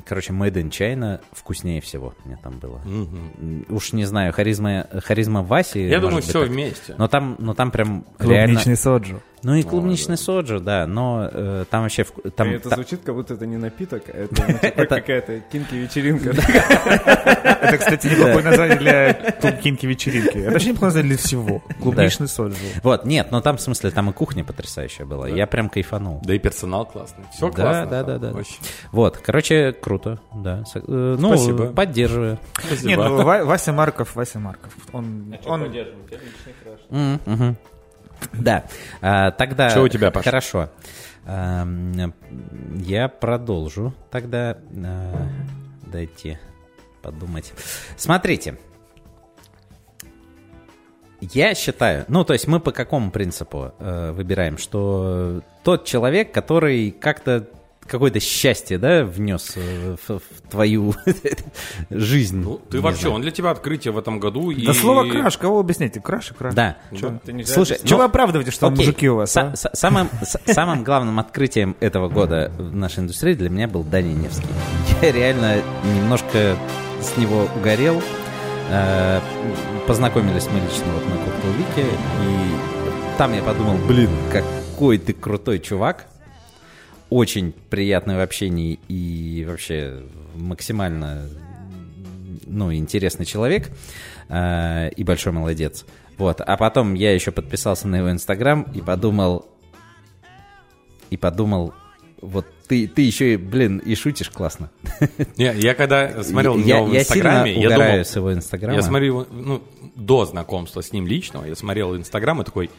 Короче, Made in China вкуснее всего мне там было. М, Уж не знаю, харизма, харизма Васи. Я думаю, может быть, все так. вместе. Но там, но там прям реально... Клубничный соджу. Ну и клубничный соджу, да, но э, там вообще... вку- Там, И это та- звучит, как будто это не напиток, а это ну, типа, Это- какая-то кинки-вечеринка. Это, кстати, неплохое название для клубкинки вечеринки. Это вообще неплохое название для всего. Клубничный соджу. Вот, нет, но там, в смысле, там и кухня потрясающая была, я прям кайфанул. Да и персонал классный. Все Да, классно. да, там, да, да. вообще. Вот, короче, круто, да. Со- э, ну, Спасибо. поддерживаю. Нет, ну, Ва- Вася Марков, Вася Марков. А Он, он М, мгм. Да, А, тогда... Что у тебя, Паш? Хорошо. Ам, Я продолжу тогда. а, Дайте подумать. Смотрите. Я считаю, ну, то есть мы по какому принципу э, выбираем, что тот человек, который как-то какое-то счастье, да, внес э, в, в твою жизнь. Ну, ты Не вообще, знаю. он для тебя открытие в этом году. и- Да слово краш, кого вы объясняете? Краш и краш. Да. Это нельзя Слушай, Чего вы ну, оправдываете, что Окей. мужики у вас, Са- а? са- самым, с- самым главным открытием этого года в нашей индустрии для меня был Дани Невский. Я реально немножко с него угорел. Э, Познакомились мы лично вот на Коктейл Вике, и там я подумал, блин, какой ты крутой чувак. Очень приятный в общении и вообще максимально ну, интересный человек э, и большой молодец. Вот. А потом я еще подписался на его Инстаграм и подумал... И подумал, вот ты, ты еще, и, блин, и шутишь классно. Не, я когда смотрел на я, него в я сильно Инстаграме, я угораю думал, с его Инстаграма. Я смотрел, ну, до знакомства с ним личного, я смотрел Инстаграм и такой,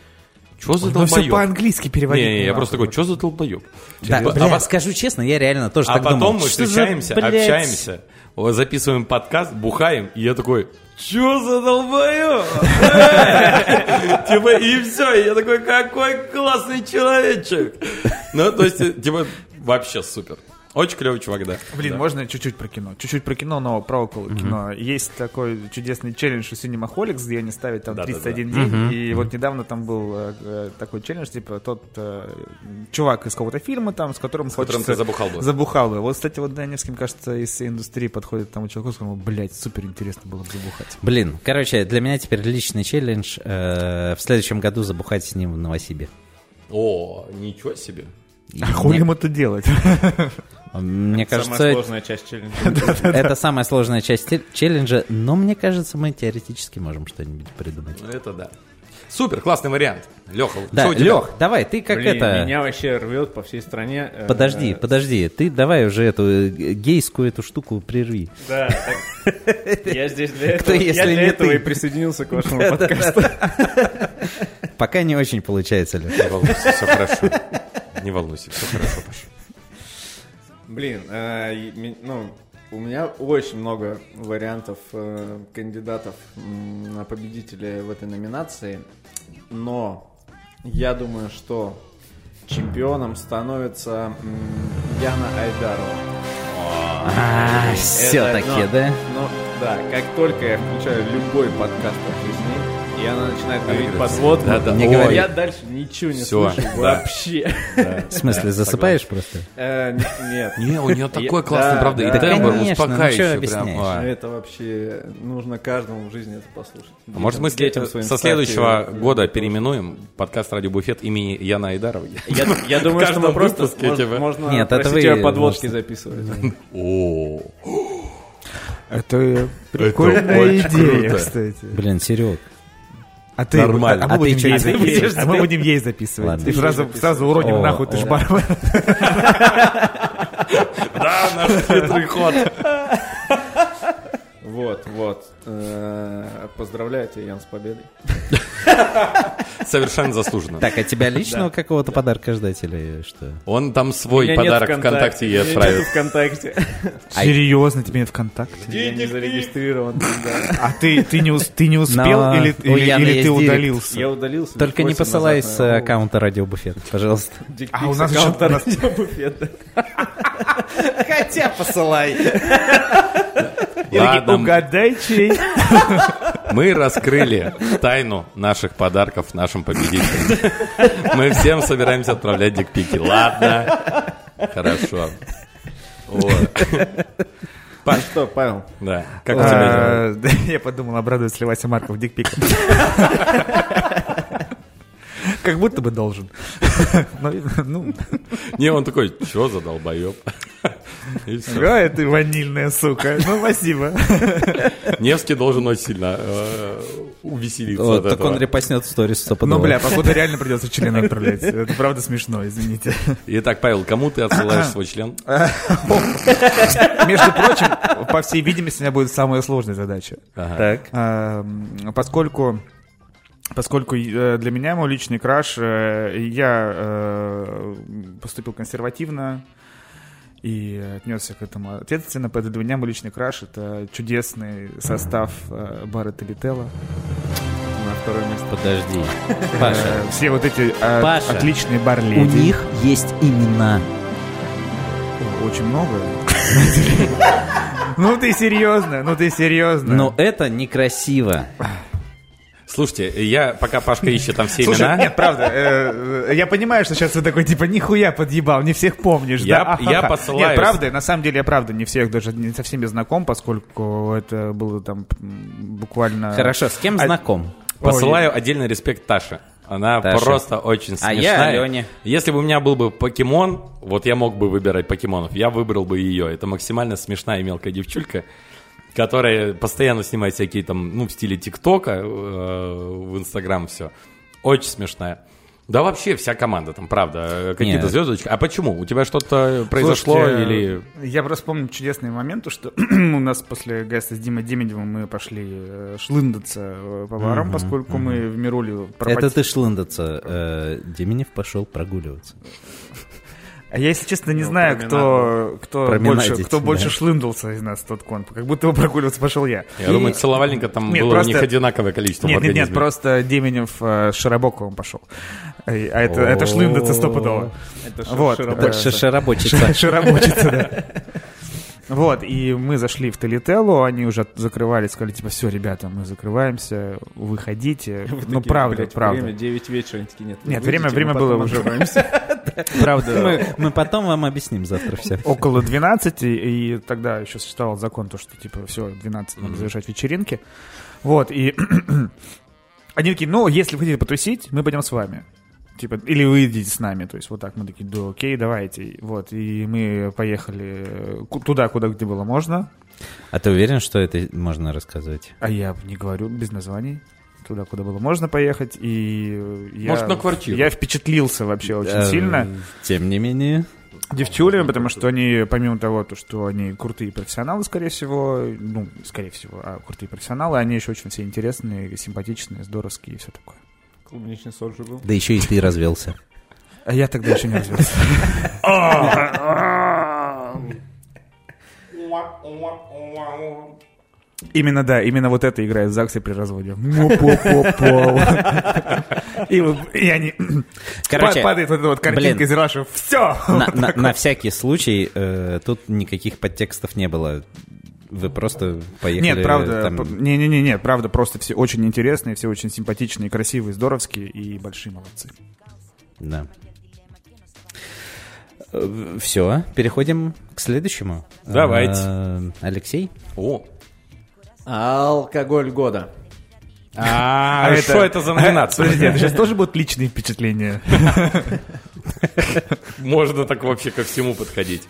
что за Ну все долбоеб? по-английски переводить. Не, я надо. просто такой, что за долбоеб? Да, Типа, бля, а пос- скажу честно, я реально тоже а так потом думал. мы Что за, встречаемся, блядь? общаемся, о, записываем подкаст, бухаем, и я такой, что за долбоеб? Типа, и все, я такой, какой классный человечек. Ну, то есть, э, типа, вообще супер. Очень клевый чувак, да. Блин, можно чуть-чуть про кино? Чуть-чуть про кино, но про около кино. Есть такой чудесный челлендж у Cinemaholics, где они ставят там Да-да-да. 31 день. И вот недавно там был э, э, такой челлендж, типа тот э, чувак из какого-то фильма там, с которым которым хочется- ты забухал бы. Забухал бы. Вот, кстати, вот Даневским, кажется, из индустрии подходит тому человеку, сказал, блядь, супер интересно было бы забухать. Блин, короче, для меня теперь личный челлендж э, в следующем году забухать с ним в Новосибе. О, ничего себе. И А хули мне- им это делать? Мне Самая кажется, сложная часть челленджа. это самая сложная часть те- челленджа, но мне кажется, мы теоретически можем что-нибудь придумать. Ну, Это да. Супер, классный вариант. Леха, Да, что у тебя? Лех, давай, ты как Блин, это... меня вообще рвет по всей стране. э, Подожди, э, подожди, ты давай уже эту э, гейскую эту штуку прерви. Да, так- я здесь для Кто, этого, я если для не этого ты? и присоединился к вашему подкасту. Пока не очень получается, Лех. Не волнуйся, все хорошо. Не волнуйся, все хорошо, Паша. Блин, э, и ми- ну, у меня очень много вариантов э, кандидатов м, на победителя в этой номинации, но я думаю, что чемпионом становится м, Яна Айдарова. А, все-таки, Это, да? Ну, ну, да, как только я включаю любой подкаст о жизни, и она начинает говорить подводку, Не ой, говори. я дальше ничего не Всё, слышу да. вообще. В смысле, засыпаешь просто? Э, н- Нет. Не, у нее такой Да, классный, правда, и да. Конечно, тембр ну чё успокаивающий. объясняешь? прям, а. Ну, Это вообще нужно каждому в жизни это послушать. А Может, мы с- Детям своим со ставьте следующего его. года переименуем подкаст «Радио Буфет» имени Яна Айдаровой? Я, я думаю, что мы каждом просто выпуске, мож- типа. можно Нет, это просить вы её подводки можете. записывать. О, Это прикольная очень идея, круто. кстати. Блин, Серег, А ты, Нормально. а мы А ты будем чё, ей а ты записывать? будешь А мы будем ей записывать. Ладно. И сразу, сразу уроним О, нахуй, ты ж о. бармен. да, наш хитрый ход. Вот, вот. Э, Поздравляю тебя, Ян, с победой. Совершенно заслуженно. так, а тебя личного какого-то подарка ждать или что? Он там свой Меня нет подарок ВКонтакте ей Меня отправит. нету ВКонтакте. А Серьезно, тебе нет ВКонтакте? Я не зарегистрирован. да. А ты, ты, не, ус- ты не успел Но или, Ну, у или- Яны или есть ты директ. удалился? Я удалился. Только не восемь посылай назад, с наверное. аккаунта Радио Буфет, пожалуйста. Дикпик А у с нас еще- аккаунта у нас- радиобуфета. Хотя посылай. Ладно, Угадай, чей. мы раскрыли тайну наших подарков нашим победителям. Мы всем собираемся отправлять дикпики. Ладно. Хорошо. Вот, Ну что, Павел, Да. Как у тебя дела? А, да, Я подумал, обрадуется ли Вася Марков дикпиком. Как будто бы должен. Но, Ну, Не, он такой, чё за долбоёб? И всё. а ты ванильная сука. Ну, спасибо. Невский должен очень сильно э, увеселиться от Так он этого. репостнет в сторис стопудово. Ну, бля, походу реально придется члены отправлять. Это правда смешно, извините. Итак, Павел, кому ты отсылаешь свой член? Между прочим, по всей видимости, у меня будет самая сложная задача. Так. Эм, поскольку Поскольку э, для меня мой личный краш, э, я э, поступил консервативно и отнесся к этому ответственно, поэтому для меня мой личный краш — это чудесный состав э, Барретта Лителла. на второе место. Подожди. Паша, Э, все вот эти э, Паша, отличные у барледи. них есть имена. Очень много. Ну ты серьезно, ну ты серьезно. Но это некрасиво. Слушайте, я, пока Пашка ищет там все Слушай, имена, нет, правда, э, э, я понимаю, что сейчас вы такой, типа, нихуя подъебал, не всех помнишь, Я- да? я Ахаха. посылаю- Нет, правда, на самом деле, я правда не всех, даже не со всеми знаком, поскольку это было там м, буквально... Хорошо, с кем А- знаком? посылаю отдельный респект Таше. Она Таше. просто очень смешная. А я Алене. Если бы у меня был бы покемон, вот я мог бы выбирать покемонов, я выбрал бы ее. Это максимально смешная и мелкая девчулька, которая постоянно снимает всякие там, ну, в стиле ТикТока, э, в Инстаграм все. Очень смешная. Да вообще вся команда там, правда, э, какие-то Нет. звездочки. А почему? У тебя что-то произошло Слушайте, или... Я просто помню чудесный момент, то, что у нас после гайста с Димой Демидевым мы пошли э, шлындаться э, по барам, поскольку мы в Мируле Это пропотели. ты шлындаться. э, Деменев пошел прогуливаться. А я, если честно, не Ну, знаю, кто, кто, больше, Проминатить, кто да. больше шлындался из нас тот комп. Как будто его прогуливаться пошел я. Я думаю, целовальника там Нет, было просто- у них одинаковое количество в Нет, нет, организме. нет, просто Деменев э, с Широбоковым пошел. Э, А это, это шлындаться стопудово. Это Вот. широко. Да. Шарабочица. Широбочица, да. Вот, и мы зашли в Телетелу, они уже от- закрывались, сказали, типа, все, ребята, мы закрываемся, выходите. Вы Ну, такие, правда, «Блядь, правда. Время 9 вечера, они такие, нет. Нет, выйдите, время- мы время потом было уже. откроемся». Правда, Мы, мы потом вам объясним завтра все. около 12, и тогда еще существовал закон, то, что, типа, все, 12 надо завершать вечеринки. Вот, и они такие, ну, если вы хотите потусить, мы пойдем с вами. Типа, или вы идите с нами. То есть вот так мы такие, да, окей, давайте. Вот, и мы поехали э, ку- туда, куда где было можно. А ты уверен, что это можно рассказывать? А я не говорю без названий. Туда, куда было можно поехать. И э, я, Может, на квартиру. Я впечатлился вообще очень Э, сильно Тем не менее. девчулями, потому что они, помимо того, то, что они крутые профессионалы, скорее всего, ну, скорее всего, а крутые профессионалы, они еще очень все интересные, симпатичные, здоровские и все такое. Клубничный сорт же был. Да еще и ты развелся. А я тогда еще не развелся. Именно, да, именно вот это играет в ЗАГСе при разводе. Му-пу-пу-пу. И вот- И они... Короче, Падает вот эта вот блин. картинка из Раши. Все! на, на- на всякий случай э, тут никаких подтекстов не было. Вы просто поехали. Нет, правда, там- п- не-не-не, правда, просто все очень интересные, все очень симпатичные, красивые, здоровские и большие молодцы. Да. Все, переходим к следующему. Давайте. Э, Алексей. О. Алкоголь года. А что это за Подожди, номинация? это сейчас тоже будут личные впечатления? Можно так вообще ко всему подходить.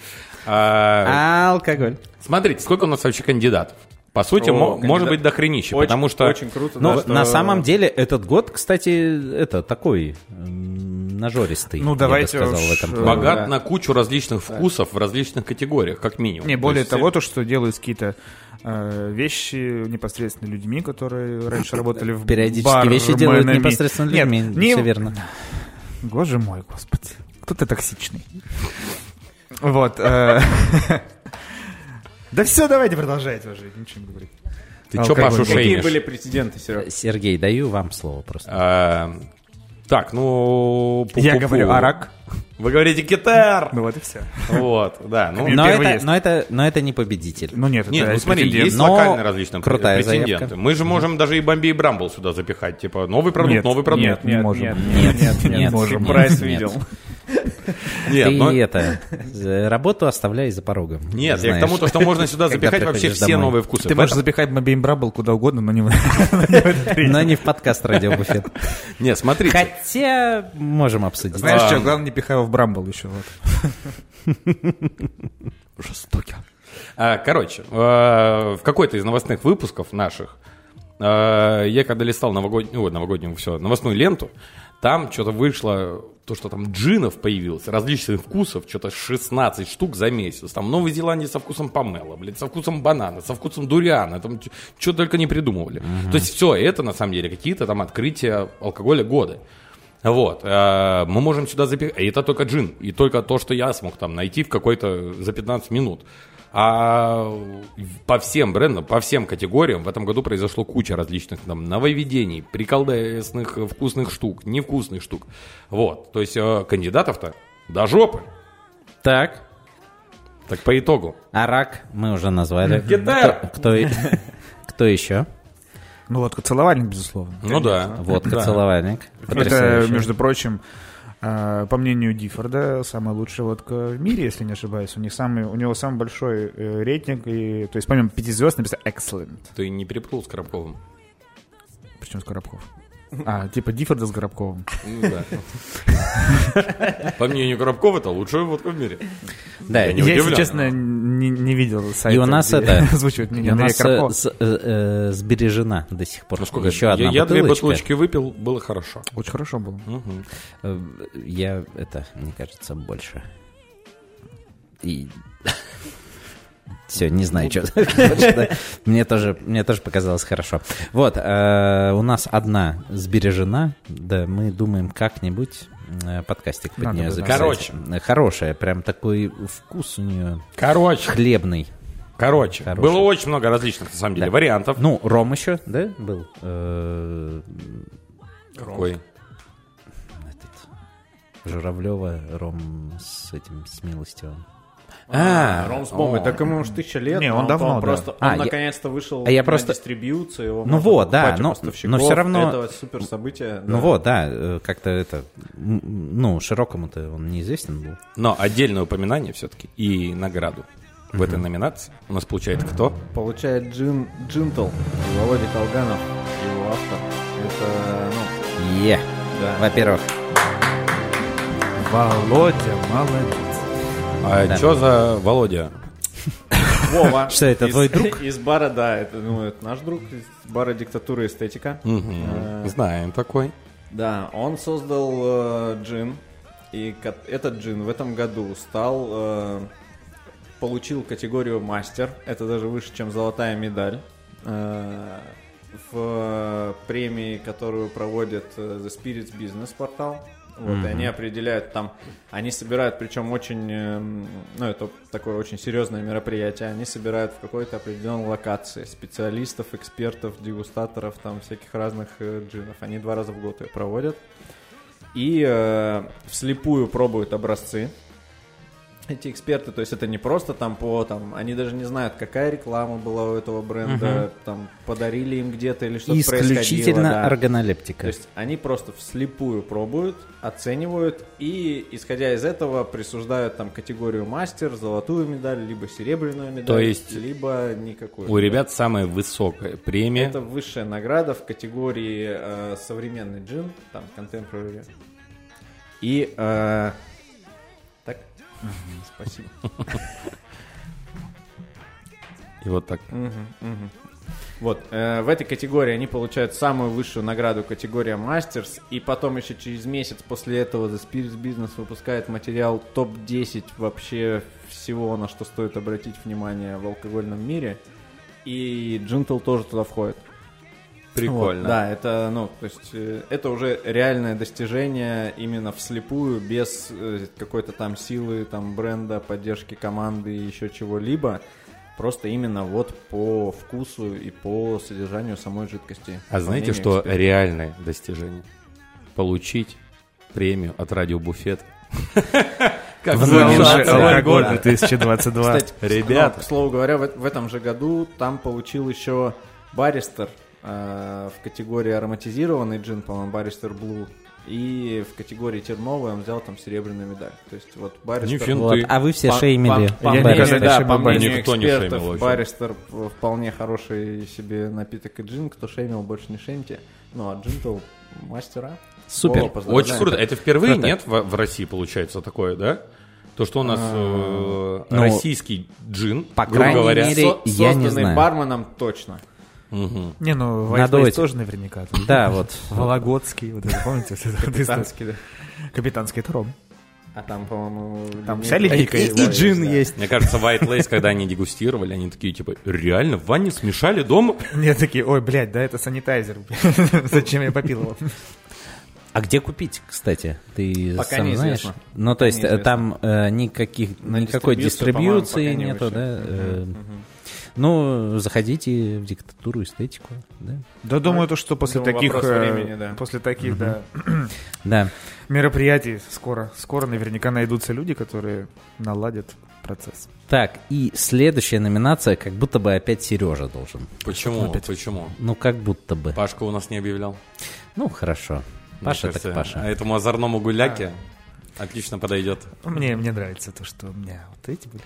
А, Алкоголь. Смотрите, сколько у нас вообще кандидатов? По сути, О, мо- может кандидат. быть, дохренище, Очень- потому что... Очень круто, Ну, да, что- на самом деле, этот год, кстати, это такой м, нажористый. Ну, я бы давайте сказал, уж, в этом э, плане. Богат Да. на кучу различных вкусов в различных категориях, как минимум. Не, То более есть, того, то, что делают какие-то э, вещи непосредственно людьми, которые раньше работали в Периодически вещи делают барменами. непосредственно Нет, людьми. не- Все верно. Боже мой, господи. Кто ты токсичный? Вот. э, Да все, давайте продолжайте уже. Ничего не говорить. Ты чё Алкоголь. Пашу Какие шеймишь? были прецеденты, Серега? Сергей, даю вам слово просто. А, Так, ну... Я пу-пу-пу. говорю арак. Вы говорите гитар! Ну вот и все. Вот, да. Ну, Мне Но первый это, есть. но, это, но это не победитель. Ну нет, Нет, это ну смотри, претендент. есть Но локальные различные крутая претенденты. заявка. Мы же можем даже и Бомби и Брамбл сюда запихать. Типа новый продукт, Нет, новый продукт. нет, не можем. Нет, нет, нет, можем. нет, Прайс нет. видел. Нет, Ты но- это, э, работу оставляй за порогом. Нет, я Знаешь. к тому, то, что можно сюда Когда запихать вообще приходишь все домой. новые вкусы. Ты В можешь этом- запихать Мобим Брабл куда угодно, но не в Но не в подкаст радиобуфет. Нет, смотрите. Хотя можем обсудить. Знаешь что, Ам. главное, не пихай его в Брамбл еще. вот. Жестоко. А, Короче, э, в какой-то из новостных выпусков наших э, я когда листал новогоднюю, ой, новогоднюю, все, новостную ленту, там что-то вышло, то, что там джинов появилось, различных вкусов, что-то 16 штук за месяц. Там Новая Зеландия со вкусом помела, блядь, со вкусом банана, со вкусом дуриана, там что только не придумывали. То есть все это, на самом деле, какие-то там открытия алкоголя года. Вот, э, мы можем сюда запихать, и это только джин, и только то, что я смог там найти в какой-то за 15 минут. А в- по всем брендам, по всем категориям в этом году произошло куча различных там нововведений, приколдесных э, вкусных штук, невкусных штук. Вот, то есть э, кандидатов-то до жопы. Так, Так по итогу. Арак А мы уже назвали. Гитара. Кто- Кто, и- кто еще? Ну вот, целовальник, безусловно. Ну да. Водка, Да. целовальник. Это, Потрясающе. между прочим, э, по мнению Диффорда, самая лучшая водка в мире, если не ошибаюсь. У, них самый, у него самый большой э, рейтинг, и, то есть помимо пяти звезд написано «excellent», Ты не переплыл с Коробковым. причем с Коробков. А, типа Диффорда с Горобковым. Ну да. По мнению Коробкова, это лучшая водка в мире. Да, Я не и- Я, если удивлен. честно, не, не видел сайта, И у нас где это- озвучивают и у мнение Андрея нас э, Коробкова. с- э, э, сбережена до сих пор. Ну сколько? Еще одна я, я две бутылочка. бутылочки выпил, было хорошо. Очень хорошо было. Мгм. Э, Я это, мне кажется, больше. И Все, не знаю, что. Больше, да. Мне тоже, мне тоже показалось хорошо. Вот, э, у нас одна сбережена. Да, мы думаем как-нибудь э, подкастик под Надо нее бы, да. записать. Короче. Хорошая, прям такой вкус у нее Короче, хлебный. короче. Хороший. Было очень много различных, на самом деле, Да. вариантов. Ну, ром еще, да, был? Э, Какой? Журавлева, ром с этим, с милостивым. А, Ром с бомбой. о. Так ему уж тысяча лет. Не, но он давно, там да. Просто, А, он я- наконец-то вышел а я на просто- дистрибьюцию. Его Ну можно вот, да, покупать у но- поставщиков. но всё равно- Это супер событие. Ну вот, да, э, как-то это, м, м, ну, широкому-то он неизвестен был. Но отдельное упоминание все-таки и награду в этой номинации у нас получает кто? Получает Джин, Джинтл, Володя Колганов, его автор. Это, ну, Е, да. во-первых, Володя, молодец. А чё за Володя? Вова. Что, это из- твой друг? Из бара, да, это, ну, это наш друг, из бара «Диктатура и эстетика». Мгм. Знаем такой. Да, он создал э, джин, и ко- этот джин в этом году стал э, получил категорию мастер. Это даже выше, чем золотая медаль. Э, в э, премии, которую проводит э, The Spirits Business портал. Вот, и они определяют там, они собирают, причем очень, эм, ну, это такое очень серьезное мероприятие, они собирают в какой-то определенной локации специалистов, экспертов, дегустаторов, там, всяких разных э, джинов. Они два раза в год ее проводят. И э, вслепую пробуют образцы эти эксперты, то есть это не просто там по там, они даже не знают, какая реклама была у этого бренда, там подарили им где-то или что-то происходило. исключительно да. органолептика. То есть они просто вслепую пробуют, оценивают и, исходя из этого, присуждают там категорию мастер, золотую медаль, либо серебряную медаль, есть либо никакую. У ребят самая высокая премия. Это высшая награда в категории э, современный джин, там contemporary. И э, так. Спасибо. И вот так. Мгм, мгм. Вот, э, в этой категории они получают самую высшую награду категория Мастерс, и потом еще через месяц после этого The Spirits Business выпускает материал топ-10 вообще всего, на что стоит обратить внимание в алкогольном мире, и Джинтл тоже туда входит. Прикольно. Вот, да, это, ну, то есть, э, это уже реальное достижение именно вслепую, без э, какой-то там силы, там, бренда, поддержки команды и еще чего-либо. Просто именно вот по вкусу и по содержанию самой жидкости. А знаете, По мнению что эксперта. реальное достижение? Получить премию от Радио Буфет. Как В за номинации лучший алкоголь. алкоголь. алкоголь 2022. Кстати, Ребята. ну, к слову говоря, в, в этом же году там получил еще баристер э, в категории ароматизированный джин, по-моему, баристер блу. И в категории терновый он взял там серебряную медаль. То есть вот баристер... Нифига. Вот, ты- а вы все По- шеймили. по- по Я мнению- никогда не да, шеймил по мнению баристер. Никто не шеймил экспертов, вообще. баристер в- вполне хороший себе напиток и джин. Кто шеймил, больше не шеймите. Ну, а джин-то мастера. Супер. О, поздравляем. Очень круто. Это впервые, Круто. нет, в в России получается такое, да? То, что у нас э, ну, российский джин, по грубо крайней говоря. мере- Со- Я не созданный знаю. барменом точно. Мгм. Не, ну, Надо Вайтвейс эти- тоже наверняка. там. Да, вот. Вологодский, вот это помните? вот это вот история. Британский, да. Капитанский это ром. А там, по-моему, Там линейка вся линейка есть, да, да. Мне кажется, White Lace, когда они дегустировали, они такие, типа, реально, в ванне смешали дома? Мне такие, ой, блядь, да это санитайзер. Зачем я попил его? А где купить, кстати? Ты Пока сам знаешь? неизвестно. Ну, то есть э, неизвестно. там э, никаких, На никакой дистрибьюцию, по-моему, дистрибьюции пока не нету, вышли. да? э, Ну, заходите в диктатуру, эстетику, да? Да думаю, то, что после Думаю, таких... вопрос э, времени, да. После таких, да, Да. мероприятий скоро. Скоро наверняка найдутся люди, которые наладят процесс. Так, и следующая номинация, как будто бы опять Сережа должен. Почему? Почему? Ну, как будто бы. Пашка у нас не объявлял. Ну, хорошо. Паша Мне кажется, так Паша. А этому озорному гуляке отлично подойдет. Мне, мне нравится то, что у меня вот эти были.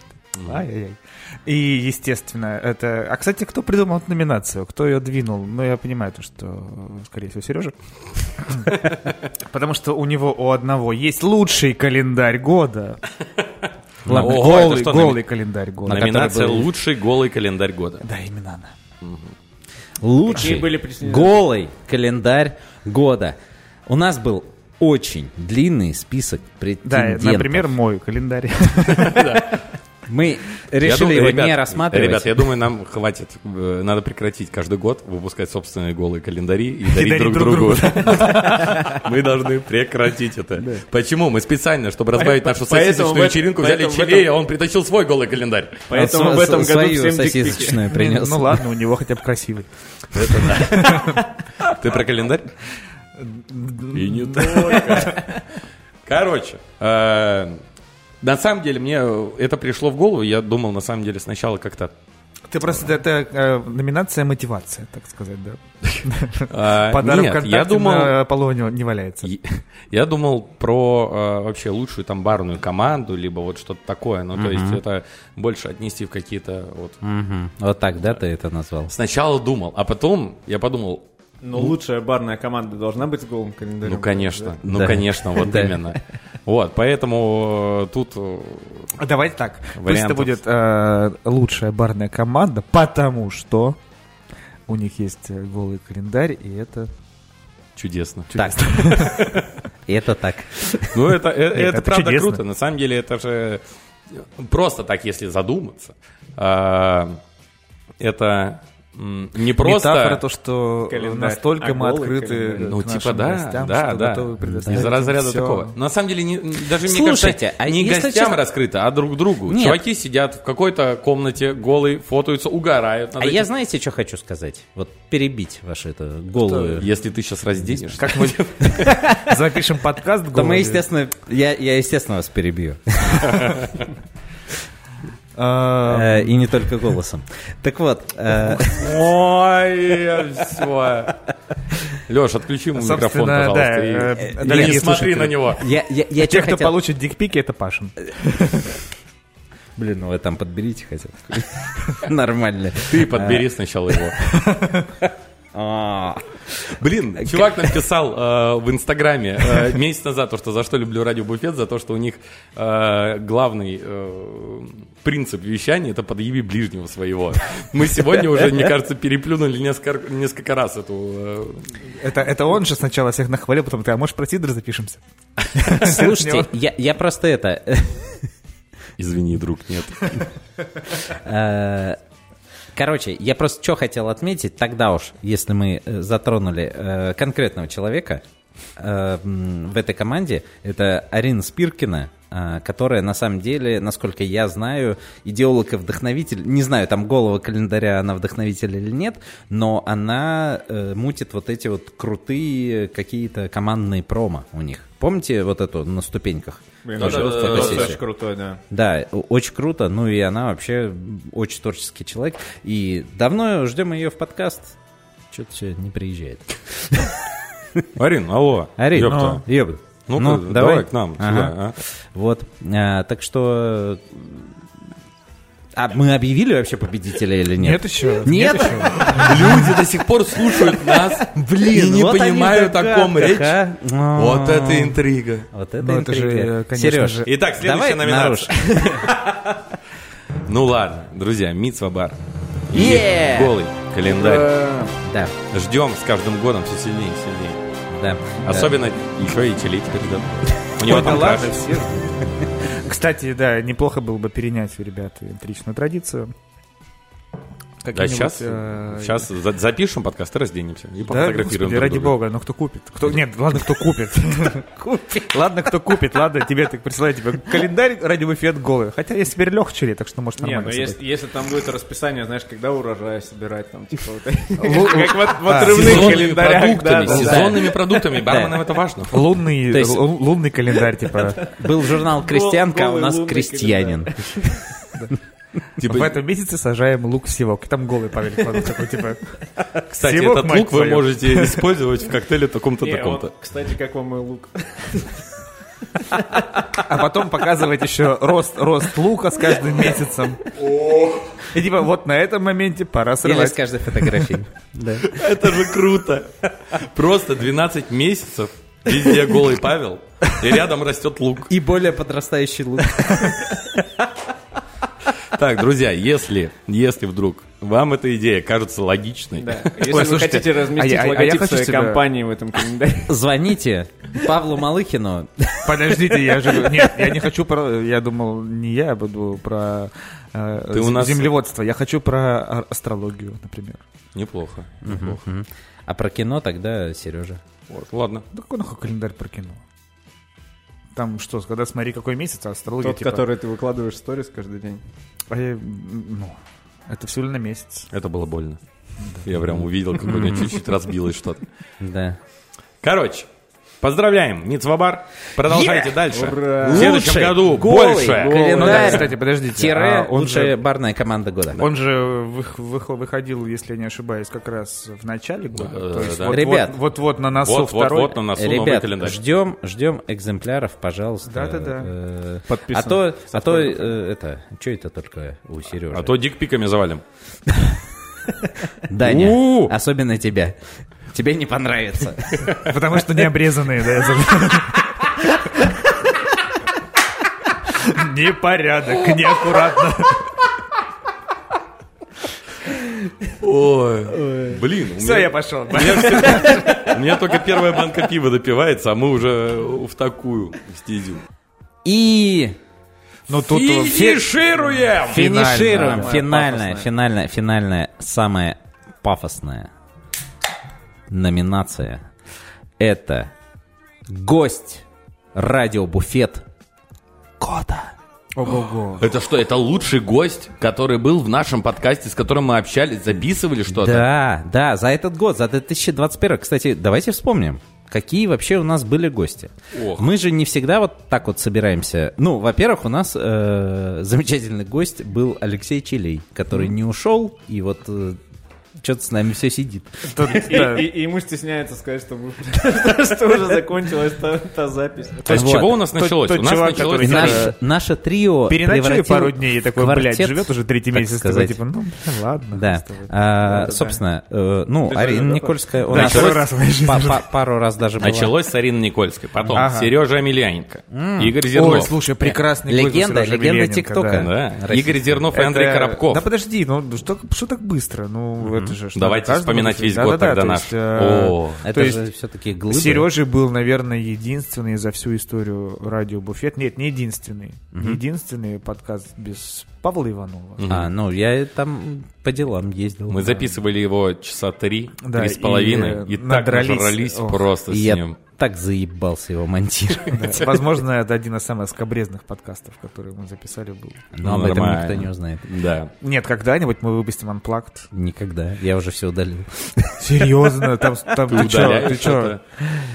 Ай-яй-яй. И, естественно, это... А, кстати, кто придумал эту номинацию? Кто ее двинул? Ну, я понимаю, то, что, э, скорее всего, Сережа. Потому что у него у одного есть лучший календарь года. Ладно. Ого, это голый, что, голый календарь года. Номинация который был- «Лучший голый календарь года». Да, именно она. Лучший а, Какие были претенденты? голый календарь года. У нас был очень длинный список Да, претендентов. например, мой календарь. Мы Я решили думаю, его ребят, не рассматривать. Ребят, я думаю, нам хватит. Э, Надо прекратить каждый год выпускать собственные голые календари и дарить дарить друг друг другу. Мы должны прекратить это. Почему? Мы специально, чтобы разбавить нашу поэтому в сосисочную этом- вечеринку, взяли поэтому в Чилея, этом- он притащил свой голый календарь. Поэтому в этом году свою всем дикпики. сосисочную принес. Ну ладно, у него хотя бы красивый. Ты про календарь? И не только. Короче, э, на самом деле мне это пришло в голову. Я думал, на самом деле, сначала как-то... Ты просто, это э, номинация мотивация, так сказать, да. э, Подарок Нет, я ВКонтакте думал... на Полонию не валяется. Я- Я думал про э, вообще лучшую там барную команду, либо вот что-то такое. Ну, то есть это больше отнести в какие-то вот. Мгм. Вот так, да, ты это назвал? Сначала думал, а потом я подумал, Но лучшая барная команда должна быть с голым календарем. ну конечно, ну Да. конечно, вот Да. именно. Вот, поэтому э, тут э, А Давайте так. Пусть это Вариантов. будет э, лучшая барная команда, потому что у них есть э, голый календарь, и это... чудесно. Так. И это так. Ну, это, э- это, это правда чудесно. круто. На самом деле, это же просто так, если задуматься. а, Это м, не просто... Метафора то, что Календарь. настолько А мы голый открыты календарь. к Ну, типа, нашим да, гостям, да, что да. готовы предоставить Из им разряда всё. такого. На самом деле, не- даже мне Слушайте, кажется, а не если гостям честно- раскрыто, а друг другу. Нет. Чуваки сидят в какой-то комнате, голые, фотаются, угорают. над А я этим. знаете, что хочу сказать? Вот перебить вашу эту голую. Если ты сейчас разденешь... Как мы запишем подкаст Да мы, голый. естественно, я, я, естественно, вас перебью. Э, Э, И не только голосом. Так вот, э, Ой, все. Леш, отключи ему Собственно, микрофон, да, пожалуйста. э, и- и дорогие Не смотри слушатели. на него. я, я, я чё Те, кто хотел- получит дикпики, это Пашин. Блин, ну вы там подберите хотя бы. Нормально. Ты подбери сначала его. А. Блин, чувак написал э, в Инстаграме э, месяц назад то, что за что люблю радио Буфет, за то, что у них э, главный э, принцип вещания это подъеби ближнего своего. Мы сегодня уже, мне кажется, переплюнули несколько, несколько раз эту. э, Это, это он же сначала всех нахвалил, потом ты, а может про Тидр запишемся? Слушайте, я, я просто это... Извини, друг, нет. э, Короче, я просто что хотел отметить, тогда уж, если мы э, затронули э, конкретного человека э, м, в этой команде, это Арина Спиркина, э, которая на самом деле, насколько я знаю, идеолог и вдохновитель, не знаю, там голого календаря она вдохновитель или нет, но она э, мутит вот эти вот крутые какие-то командные промо у них. Помните вот эту на ступеньках? Блин, ну Да, да, это да, да, просто да. очень крутой, да. Да, о- очень круто. Ну и она вообще очень творческий человек. И давно ждем ее в подкаст. Что-то все не приезжает. Арин, алло. Арина, Ёпта. ёпта. Ну-ка, давай к нам, сюда, а. ну, Вот. А, так что... А мы объявили вообще победителя или нет? Нет еще. Нет? Люди до сих пор слушают нас, блин, и не вот они понимают, о ком догадках, речь. а. Вот А. это интрига. Вот Ну, это это же, интрига. э, конечно Серёж, же. Итак, следующая давай номинация. Ну ладно, друзья, Митсва Бар. И Е! Э, Голый календарь. наруш. Да, Ждем с каждым годом все сильнее и сильнее. да. Особенно еще и Чили теперь ждет. У него там каша. Кстати, да, неплохо было бы перенять, ребят, отличную традицию. Да, Какие-нибудь, сейчас, э, сейчас за- запишем подкаст и разденемся. И Да, пофотографируем господи, друг ради друга. бога, но кто купит? Кто... Нет, ладно, кто купит. Ладно, кто купит, ладно, тебе так присылаю тебе календарь ради буфет голый. Хотя я теперь лег чили, так что может Не, ну нормально. с если, собой. если там будет расписание, знаешь, когда урожай собирать, там, типа, вот, Лу- как вот в А, отрывных Сезонными календарях, да, продуктами, да, Э, да. сезонными продуктами. Барменам это важно. Лунный, То есть- лу- лунный календарь, типа. Был журнал «Крестьянка», а у голый нас лунный «Крестьянин». Типа, В этом месяце сажаем лук севок. И там голый Павел Иванович такой, типа, кстати, севок, этот мать лук вы твою. можете использовать в коктейле таком-то, Не, таком-то. вот, кстати, как вам мой лук? А потом показывать еще рост, рост лука с каждым месяцем. И типа вот на этом моменте пора Или с срывать. каждой фотографией. Да. Это же круто. Просто 12 месяцев, везде голый Павел, и рядом растет лук. И более подрастающий лук. Так, друзья, если, если вдруг э, Вам эта идея кажется логичной. Да. Если Ой, вы слушайте, хотите разместить а я- а я логотип хочу своей тебя- компании в этом календаре. Звоните Павлу Малыхину. Подождите, я же... Нет, я не хочу про... Я думал, не я буду про э, Ты у нас- землеводство. Я хочу про а- астрологию, например. Неплохо. неплохо. А про кино тогда Сережа. Вот, ладно. Да какой нахуй календарь про кино? Там что, когда смотри какой месяц, а астрология Тот, типа... который ты выкладываешь в сторис каждый день. А я- м, ну, это все ли на месяц? Это было больно. Я прям увидел, как у меня чуть-чуть разбилось что-то. Да. Короче, поздравляем, Ницвабар. Продолжайте дальше. Ура! В следующем Лучший году голый больше. гол- Ну да, Календарь. кстати, подождите. Тире а он лучшая же... барная команда года. Он же вых- вых- выходил, если я не ошибаюсь, как раз в начале года. Да, То есть да. вот- Ребят. вот- Вот-вот на носу Э, Вот, вот, второй. вот на носу новый Ребят, календарь. ждем, ждем экземпляров, пожалуйста. Да-да-да. Э, А Подписано. то, а то э, это, что это только у Сережи? А то дикпиками завалим. Даня, У-у-у. особенно тебя. Тебе не понравится. Потому что не обрезанные, да, я забыл. Непорядок, неаккуратно. Ой, блин. у Все, меня- я пошел. у меня всё- У меня только первая банка пива допивается, а мы уже в такую стезю. И Ну тут э, фе- Финишируем! Финальная. финишируем. Самая Финальная, пафосная. финальная, финальная, самая пафосная номинация. Это гость радиобуфет года. Ого-го. Это что, это лучший гость, который был в нашем подкасте, с которым мы общались, записывали что-то? Да, да, за этот год, за 2021. Кстати, давайте вспомним, какие вообще у нас были гости. Ох. Мы же не всегда вот так вот собираемся. Ну, во-первых, у нас э, замечательный гость был Алексей Чилей, который не ушел и вот что-то с нами все сидит. Тут, И, да. и- и ему стесняется сказать, что, мы- что уже закончилась та, та запись. То есть Вот. с чего у нас Тот- началось? тот У нас чувак, началось... который- И с- Наш- наше- наше трио Переночую превратил пару дней и такой, в блядь, квартет, живет уже третий так месяц. Такой, сказать. типа, ну, блин, ладно. Да. с тобой. А, Да-да-да. собственно, э, ну, Ты Арина тоже, да, Никольская у Да, нас второй раз в моей жизни па- уже. па- пару раз А даже была. Началось с Арины Никольской, потом Ага. Сережа Амельяненко, Игорь Ой, Зернов. слушай, прекрасный Легенда, голос Сережи легенда Емельяненко, ТикТока. да. Да, Россия. Игорь Зернов и Андрей Это- Коробков. Э, Да подожди, ну что, что так быстро? Ну это же... что, Давайте каждому вспоминать будет- весь год Да-да-да, тогда то наш. есть, э, О, Это то есть же все-таки глыбы. Сережа был, наверное, единственный за всю историю радио Буфет. Нет, не единственный. Не единственный подкаст без Павла Иванова. А, ну, я там по делам ездил. Мы записывали его часа три, Да, три с и, половиной, и, э, так надрались. нажрались Ох. просто И с я ним. так заебался его монтировать. Да, Возможно, это один из самых скобрезных подкастов, которые мы записали был. Но об Ну, этом нормально. никто не узнает. Да. Нет, когда-нибудь мы выпустим Unplugged. Никогда. Я уже все удалил. Серьезно, там, там ты чё, удаляешь ты чё?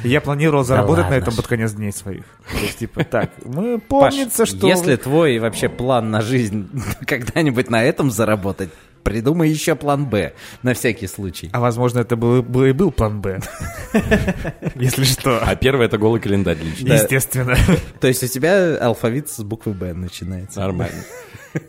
Я планировал заработать на ладно этом ж. под конец дней своих. То есть, типа, так, мы помнится, Паш, что... если твой вообще план на жизнь когда-нибудь на этом заработать, придумай еще план Б на всякий случай. А возможно, это был, был и был план Б. Если что. А первый это голый календарь лично. Да. Естественно. То есть у тебя алфавит с буквы Б начинается. Нормально.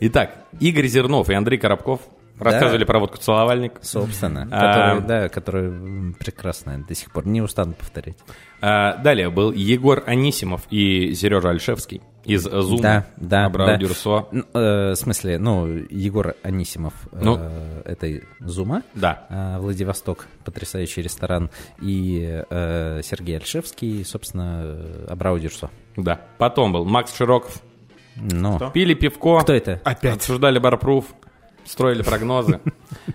Итак, Игорь Зернов и Андрей Коробков рассказывали про водку «Целовальник». Собственно, А. который, да, который м, прекрасная до сих пор. Не устану повторять. А, Далее был Егор Анисимов и Сережа Альшевский из «Зума». Да, да, Абрау да. Дюрсо. Н- э, в смысле, ну, Егор Анисимов, э, Ну. это Зума, Да. э, Владивосток, потрясающий ресторан, и э, Сергей Альшевский, и, собственно, э, Абрау Дюрсо. Да. Потом был Макс Широков. Ну, Пили пивко. кто это? Опять. Обсуждали барпруф. Строили прогнозы.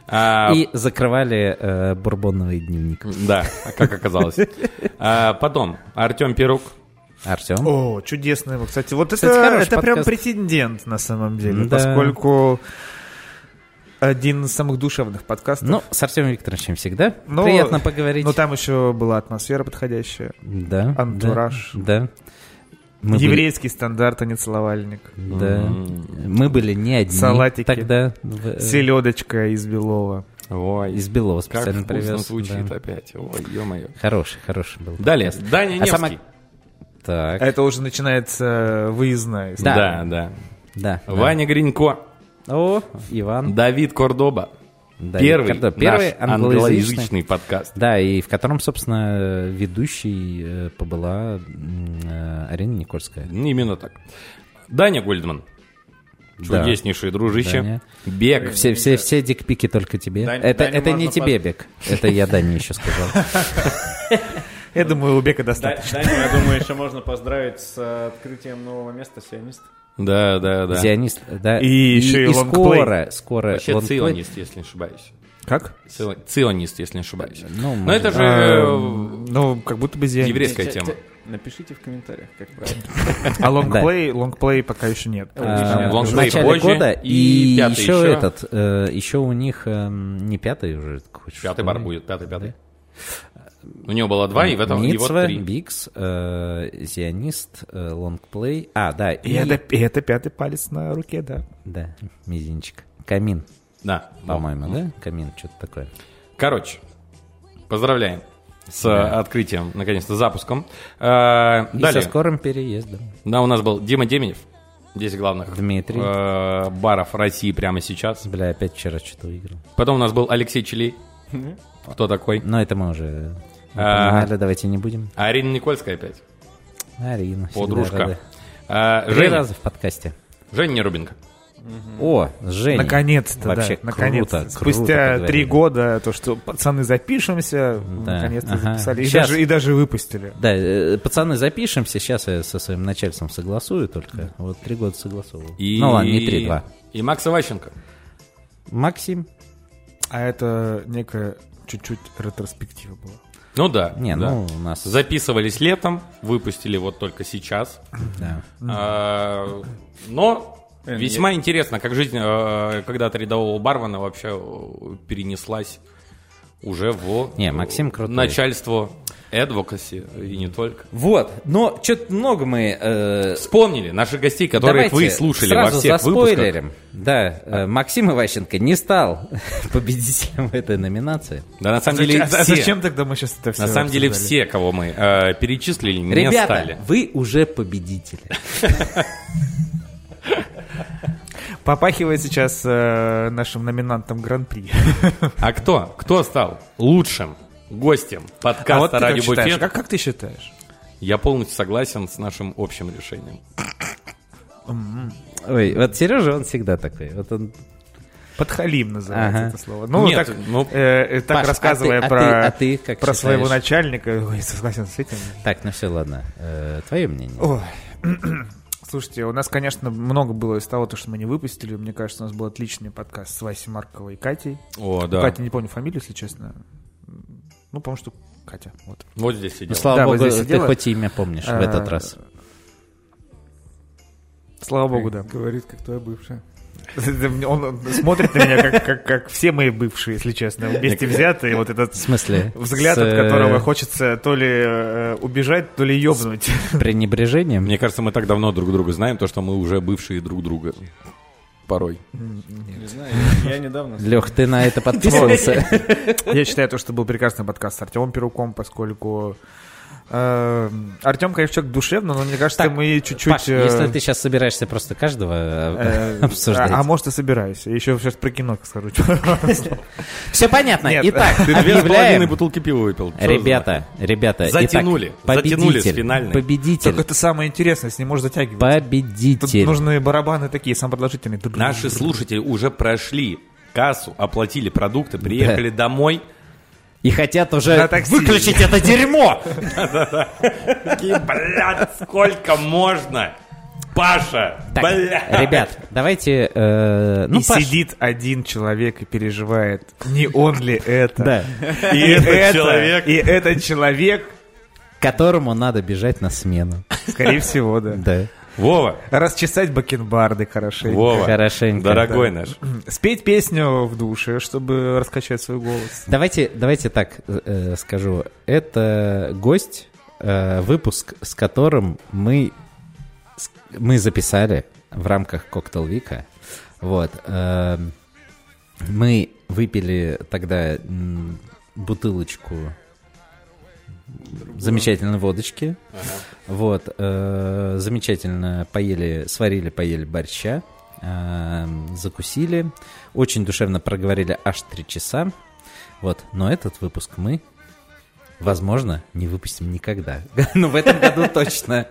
А, И закрывали э, бурбоновый дневник. Да, как оказалось. А, Потом Артем Перук. Артем? О, чудесный. вот, Кстати, вот Кстати, это, хороший это прям подкаст. претендент на самом деле, Да. поскольку один из самых душевных подкастов. Ну, с Артемом Викторовичем всегда Но- приятно поговорить. Но там еще была атмосфера подходящая. Да. антураж. Да. да. Мы Еврейский стандарт, а не целовальник. Были, да. Мы были не одни Салатики. тогда. в, э, Селедочка из Белова. Ой, Из Белого как специально вкусно привез. звучит да. опять. Ой, ё-моё. Хороший, хороший был. Далее, Даня А сама- Невский. Так, Это уже начинается выездная. история. Да, Да. да. да. да. Ваня Гринько, О, Иван. Давид Кордоба. Да, первый Рикардо. наш первый англоязычный. англоязычный подкаст. Да, и в котором, собственно, ведущей э, Ну, побыла м, э, Арина Никольская. Именно так. Даня Гольдман. Чудеснейший, дружище. Да, нет. Бег. Э, Все, все, все дикпики только тебе. Дань- это Даню это не можно тебе под- бег. Это я Дане еще сказал. Я думаю, у Бека достаточно. я думаю, еще можно поздравить с э, открытием нового места «Сионист». Да, да, да. Зионист, да. И еще и лонгплей. скоро, скоро Вообще лонгплей. ционист, если не ошибаюсь. Как? Ци- Ционист, если не ошибаюсь. Ну, Но это же А, э, Эм, Ну, как будто бы зелень. еврейская тема. Напишите в комментариях, как правильно. А лонгплей, лонгплей пока еще нет. э, в лонгплей начале позже, года и и, пятый еще, еще. этот э, еще у них эм, не пятый уже какой-то, что Пятый ли? бар будет, пятый, пятый. У него было два, и в этом его Ницва, три. Бикс, э, Зионист, э, Лонгплей. А, да, и, И это, и это пятый палец на руке, да. да, мизинчик. Камин, Да, по-моему. по-моему, да? Камин, что-то такое. Короче, поздравляем с э, открытием, наконец-то, запуском. Э, И со Далее. скорым переездом. Да, у нас был Дима Деменев. 10 главных Дмитрий. э, баров России прямо сейчас. Бля, опять вчера что-то выиграл. Потом у нас был Алексей Челей. Кто такой? Но это мы уже А. упоминали, давайте не будем. А Арина Никольская опять. Арина. всегда Подружка. рада. А, Три Женя, раза в подкасте. Женя Нерубенко. О, Женя. Наконец-то, Вообще да. наконец-то. круто, круто Спустя поговорили. три года то, что пацаны запишемся, Да, наконец-то ага. записали. И Щас. даже, и даже выпустили. Да, э, пацаны, запишемся. Сейчас я со своим начальством согласую только. Вот три года согласовывал. И... Ну ладно, не три, два. И Макс Иващенко. Максим? А это некая чуть-чуть ретроспектива была. Ну да. Не, да. ну у нас... Записывались летом, выпустили вот только сейчас. да. А, Но Э, весьма интересно, как жизнь э, когда-то рядового барвана вообще э, перенеслась уже в Не, Максим крутой. начальство advocacy и не только. Вот, но что-то много мы... э, Вспомнили наших гостей, которых Давайте вы слушали во сразу всех выпусках. заспойлерим. Да, э, Максим Иващенко не стал победителем этой номинации. Да, на самом Зачем- деле а зачем, все. тогда мы сейчас это все На самом деле все, кого мы э, перечислили, не Ребята, стали. вы уже победители. Попахивает сейчас э, нашим номинантом Гран-при. А кто? Кто стал лучшим гостем подкаста А вот ты как «Радио считаешь? Буфет»? Как, как ты считаешь? Я полностью согласен с нашим общим решением. Ой, вот Сережа, он всегда такой. Вот он... Подхалим называется Ага. это слово. Ну, Нет, так, ну, э, э, так Паш, а рассказывая ты- а про, ты- а ты как про своего считаешь? начальника, ой, согласен с этим. Так, ну все, ладно. Э, твое мнение. Ой. Слушайте, у нас, конечно, много было из того, то, что мы не выпустили. Мне кажется, у нас был отличный подкаст с Васей Марковой и Катей. О, да. Катя, не помню фамилию, если честно. Ну, помню, что Катя. Вот. Вот здесь сидел. Ну, слава Да, вот богу, здесь ты сидела. хоть имя помнишь в А, этот раз. Слава богу, да. Говорит, как твоя бывшая. Он смотрит на меня, как, как, как все мои бывшие, если честно, вместе взятые. Вот этот В смысле? взгляд, с, от э, которого хочется то ли э, убежать, то ли ёбнуть. пренебрежением? Мне кажется, мы так давно друг друга знаем, то, что мы уже бывшие друг друга. Порой. Не знаю, я недавно... Лех, ты на это подписывался? Я считаю, то, что был прекрасный подкаст с Артемом Перуком, поскольку эм, Артем, конечно, человек душевно, но мне кажется, Так, мы чуть-чуть... Паш, э, если ты сейчас собираешься просто каждого э, э, обсуждать. А, а может, и собираюсь. Еще сейчас про кино скажу. Все понятно. Нет. Итак, Ты две с половиной объявляем. бутылки пива выпил. Чё Ребята, ребята, итак, Затянули, затянули с победитель, финальной. Только Победитель, это самое интересное, с ним можно затягивать. Тут победитель. нужны барабаны такие, самопродолжительные. за- Наши слушатели уже прошли кассу, оплатили продукты, приехали домой. И хотят уже На такси. выключить это дерьмо. Такие, блядь, сколько можно? Паша, Так, блядь. ребят, давайте... э, ну, и Паш, сидит один человек и переживает, не он ли это. да, И, этот это- человек. И этот человек, которому надо бежать на смену. скорее всего, да. Да, Вова, Расчесать бакенбарды хорошенько. Вова, хорошенько. дорогой наш. Спеть песню в душе, чтобы раскачать свой голос. Давайте, давайте так э, э, скажу. Это гость, э, выпуск, с которым мы, с- мы записали в рамках Коктейл Вика. Вот. э, мы выпили тогда м, бутылочку замечательной водочки. Вот. э, замечательно поели, сварили, поели борща. э, закусили. Очень душевно проговорили аж три часа. Вот, но этот выпуск мы, возможно, не выпустим никогда. Ну, в этом году точно.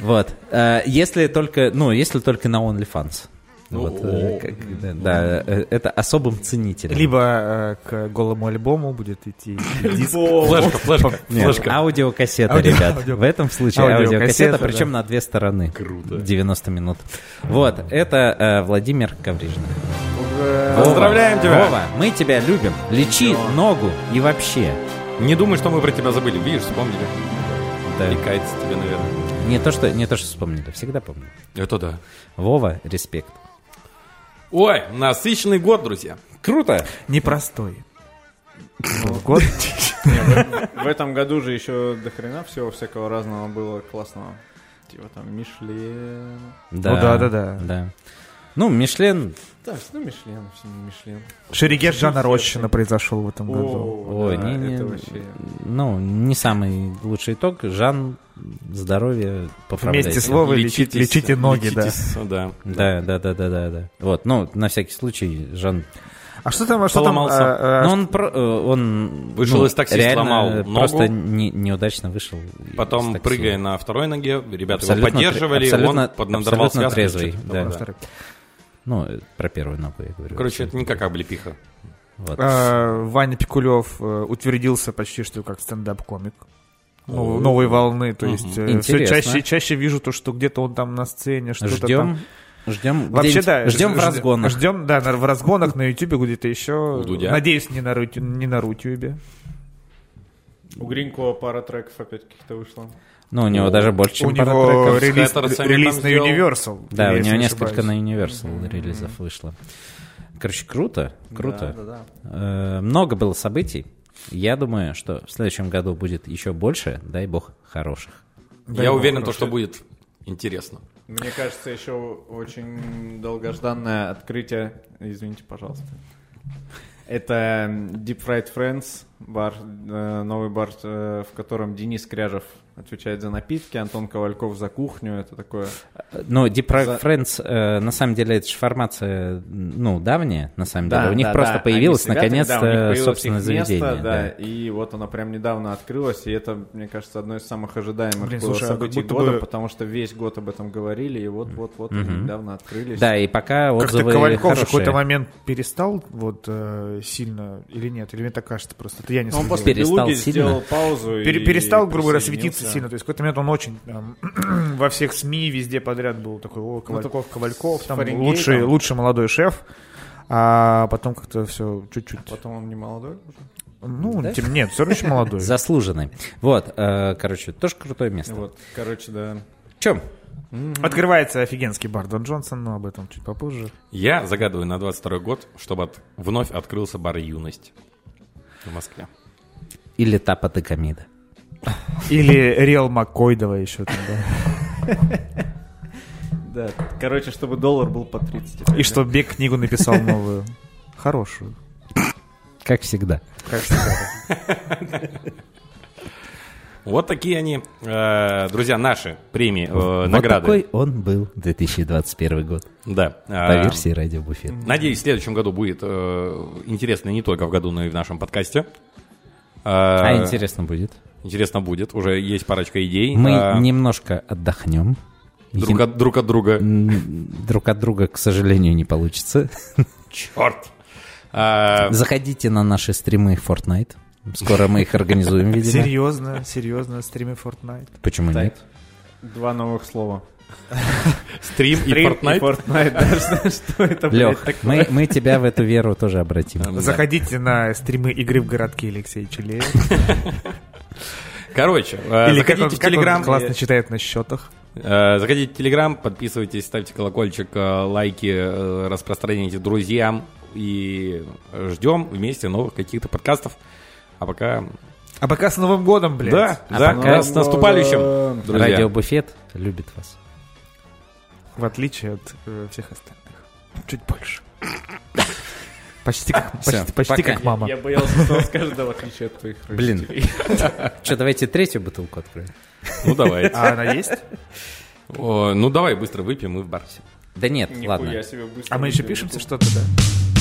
Вот. Э, Если только, ну, если только на OnlyFans. Вот, э, как- да, да, э, это особым ценителям. Либо э, к голому альбому будет идти диск. Флешка, флешка, Нет, флешка. аудиокассета, Аудио- ребят. аудио- В этом случае аудиокассета, аудиокассета, да. причем на две стороны. Круто. 90 минут. Вот, это э, Владимир Коврижный. Поздравляем тебя. Вова, мы тебя любим. Лечи ногу и вообще. Не думай, что мы про тебя забыли. Видишь, вспомнили. Да. И кается тебе, наверное. Не то, что, не то, что вспомнили, всегда помню. Это да. Вова, респект. Ой, насыщенный год, друзья. Круто. Непростой. Был Год. В этом году же еще до хрена всего всякого разного было классного. Типа там Мишлен. Да, Ну да, да, да. Ну, Мишлен, Да, ну Мишлен, все Мишлен. Шерегеш Жана Рощина произошел в этом году. ой, да, не, не, это вообще. ну, не самый лучший итог. Жан, здоровье, поправляйся. Вместе с Вовой лечите, лечите ноги, да. лечитесь, да. Да, да, да, да, да, да. Вот, ну, на всякий случай, Жан. А что там, а что там? Поломался. а, а, Но он, про- э, он Вышел ну, из такси, реально сломал ногу. Просто не- неудачно вышел. из Потом, такси. прыгая на второй ноге, ребята Абсолютно его поддерживали, тре- абсолютно- он поднадорвал абсолютно связки. трезвый, чуть-чуть. да. Да. второй. Ну, э, про первую ногу я говорю. Короче, это не как облепиха. Вот. А, Ваня Пикулев э, утвердился почти что как стендап-комик. Ну, новой волны, то есть Мгм. все Интересно. чаще и чаще вижу то, что где-то он там на сцене, что-то там. ждем, ждем. Вообще, где-нибудь- да. Ждем в разгонах. Ждем, да, на- в разгонах на Ютубе где-то еще. У Дудя. Надеюсь, не на, Рутю- не на Рутюбе. У Гринькова пара треков опять каких-то вышло. Ну, у него даже больше, чем У пара него треков. релиз, Хэттерсами релиз там на сделал. Universal. Да, у если него не несколько ошибаюсь. на Universal релизов вышло. Короче, круто, круто. Да, да, да. Э, Много было событий. Я думаю, что в следующем году будет еще больше, дай бог, хороших. Да, Я ну, уверен, то, хорошо. что будет интересно. Мне кажется, еще очень долгожданное открытие. Извините, пожалуйста. Это Deep Fried Friends, бар, э, новый бар, э, в котором Денис Кряжев отвечает за напитки, Антон Ковальков за кухню. Это такое. Ну, Deep Rock За- Friends, э, на самом деле, это же формация, ну, давняя, на самом деле. Да, у них да, просто да. появилось, Они с ребятами, да, у них наконец-то, появилось собственное их место, заведение. да, да. и вот оно прям недавно открылось, и это, мне кажется, одно из самых ожидаемых Блин, было слушай, а как событий будто года, бы- потому что весь год об этом говорили, и вот-вот-вот они Мгм. недавно открылись. Да, и пока Как-то отзывы Ковальков в какой-то хорошие. момент перестал вот э, сильно или нет, или мне так кажется просто. Это я не Ну, Он следил. после Перестал «Белуги» сильно? сделал паузу и Пере- перестал, грубо говоря, присоединился. светиться сильно. То есть в какой-то момент он очень там, во всех СМИ везде подряд был такой, Ну, о, Ковальков, Ковальков, там, Фаренгейтом. лучший, лучший молодой шеф. А потом как-то все чуть-чуть... Потом он не молодой уже. Ну, тем, нет, все равно еще молодой. Заслуженный. Вот, э, короче, тоже крутое место. Вот, короче, да. Чем? Открывается офигенский бар Дон Джонсон, но об этом чуть попозже. Я загадываю на 22 год, чтобы от- вновь открылся бар «Юность» в Москве. Или тапоты комида. Или Риэл Маккойдова еще там, да. Да, короче, чтобы доллар был по 30. И что Бек книгу написал новую. Хорошую. Как всегда. Как всегда. Вот такие они, э, друзья, наши премии, э, Вот награды. такой он был 2021 год. Да. А. По Э, версии Радио Буфет. Надеюсь, в следующем году будет э, интересно не только в году, но и в нашем подкасте. А, А интересно будет. Интересно будет. Уже есть парочка идей. Мы А, немножко отдохнем. друг, от, друг от друга. М, друг от друга, к сожалению, не получится. Черт! А, Заходите на наши стримы Fortnite. Скоро мы их организуем, видимо. Серьезно, серьезно, стримы Fortnite. Почему нет? Два новых слова. стрим и Стрим и Fortnite. Fortnite, да, что- что это, блядь, Лех, такое? мы, мы тебя в эту веру тоже обратим. Да. Заходите на стримы игры в городке Алексея Челеева. Короче, э, Или как он, заходите в как он Телеграм. классно читает на счетах. Э, Заходите в Телеграм, подписывайтесь, ставьте колокольчик, э, лайки, э, распространяйте друзьям. И ждем вместе новых каких-то подкастов. А пока... А пока с Новым годом, блядь. Да, А да, пока- с наступающим, друзья. Радио Буфет любит вас. В отличие от э, всех остальных. Чуть больше. Почти как, Всё, почти, почти пока. как мама. Я боялся, что он скажет, да, в отличие от твоих Блин. Че, давайте третью бутылку откроем. Ну, давай. А она есть? О, Ну, давай быстро выпьем и в бар. Да нет, Нихуя ладно. себе быстро. А мы еще выпили. пишемся что-то, да?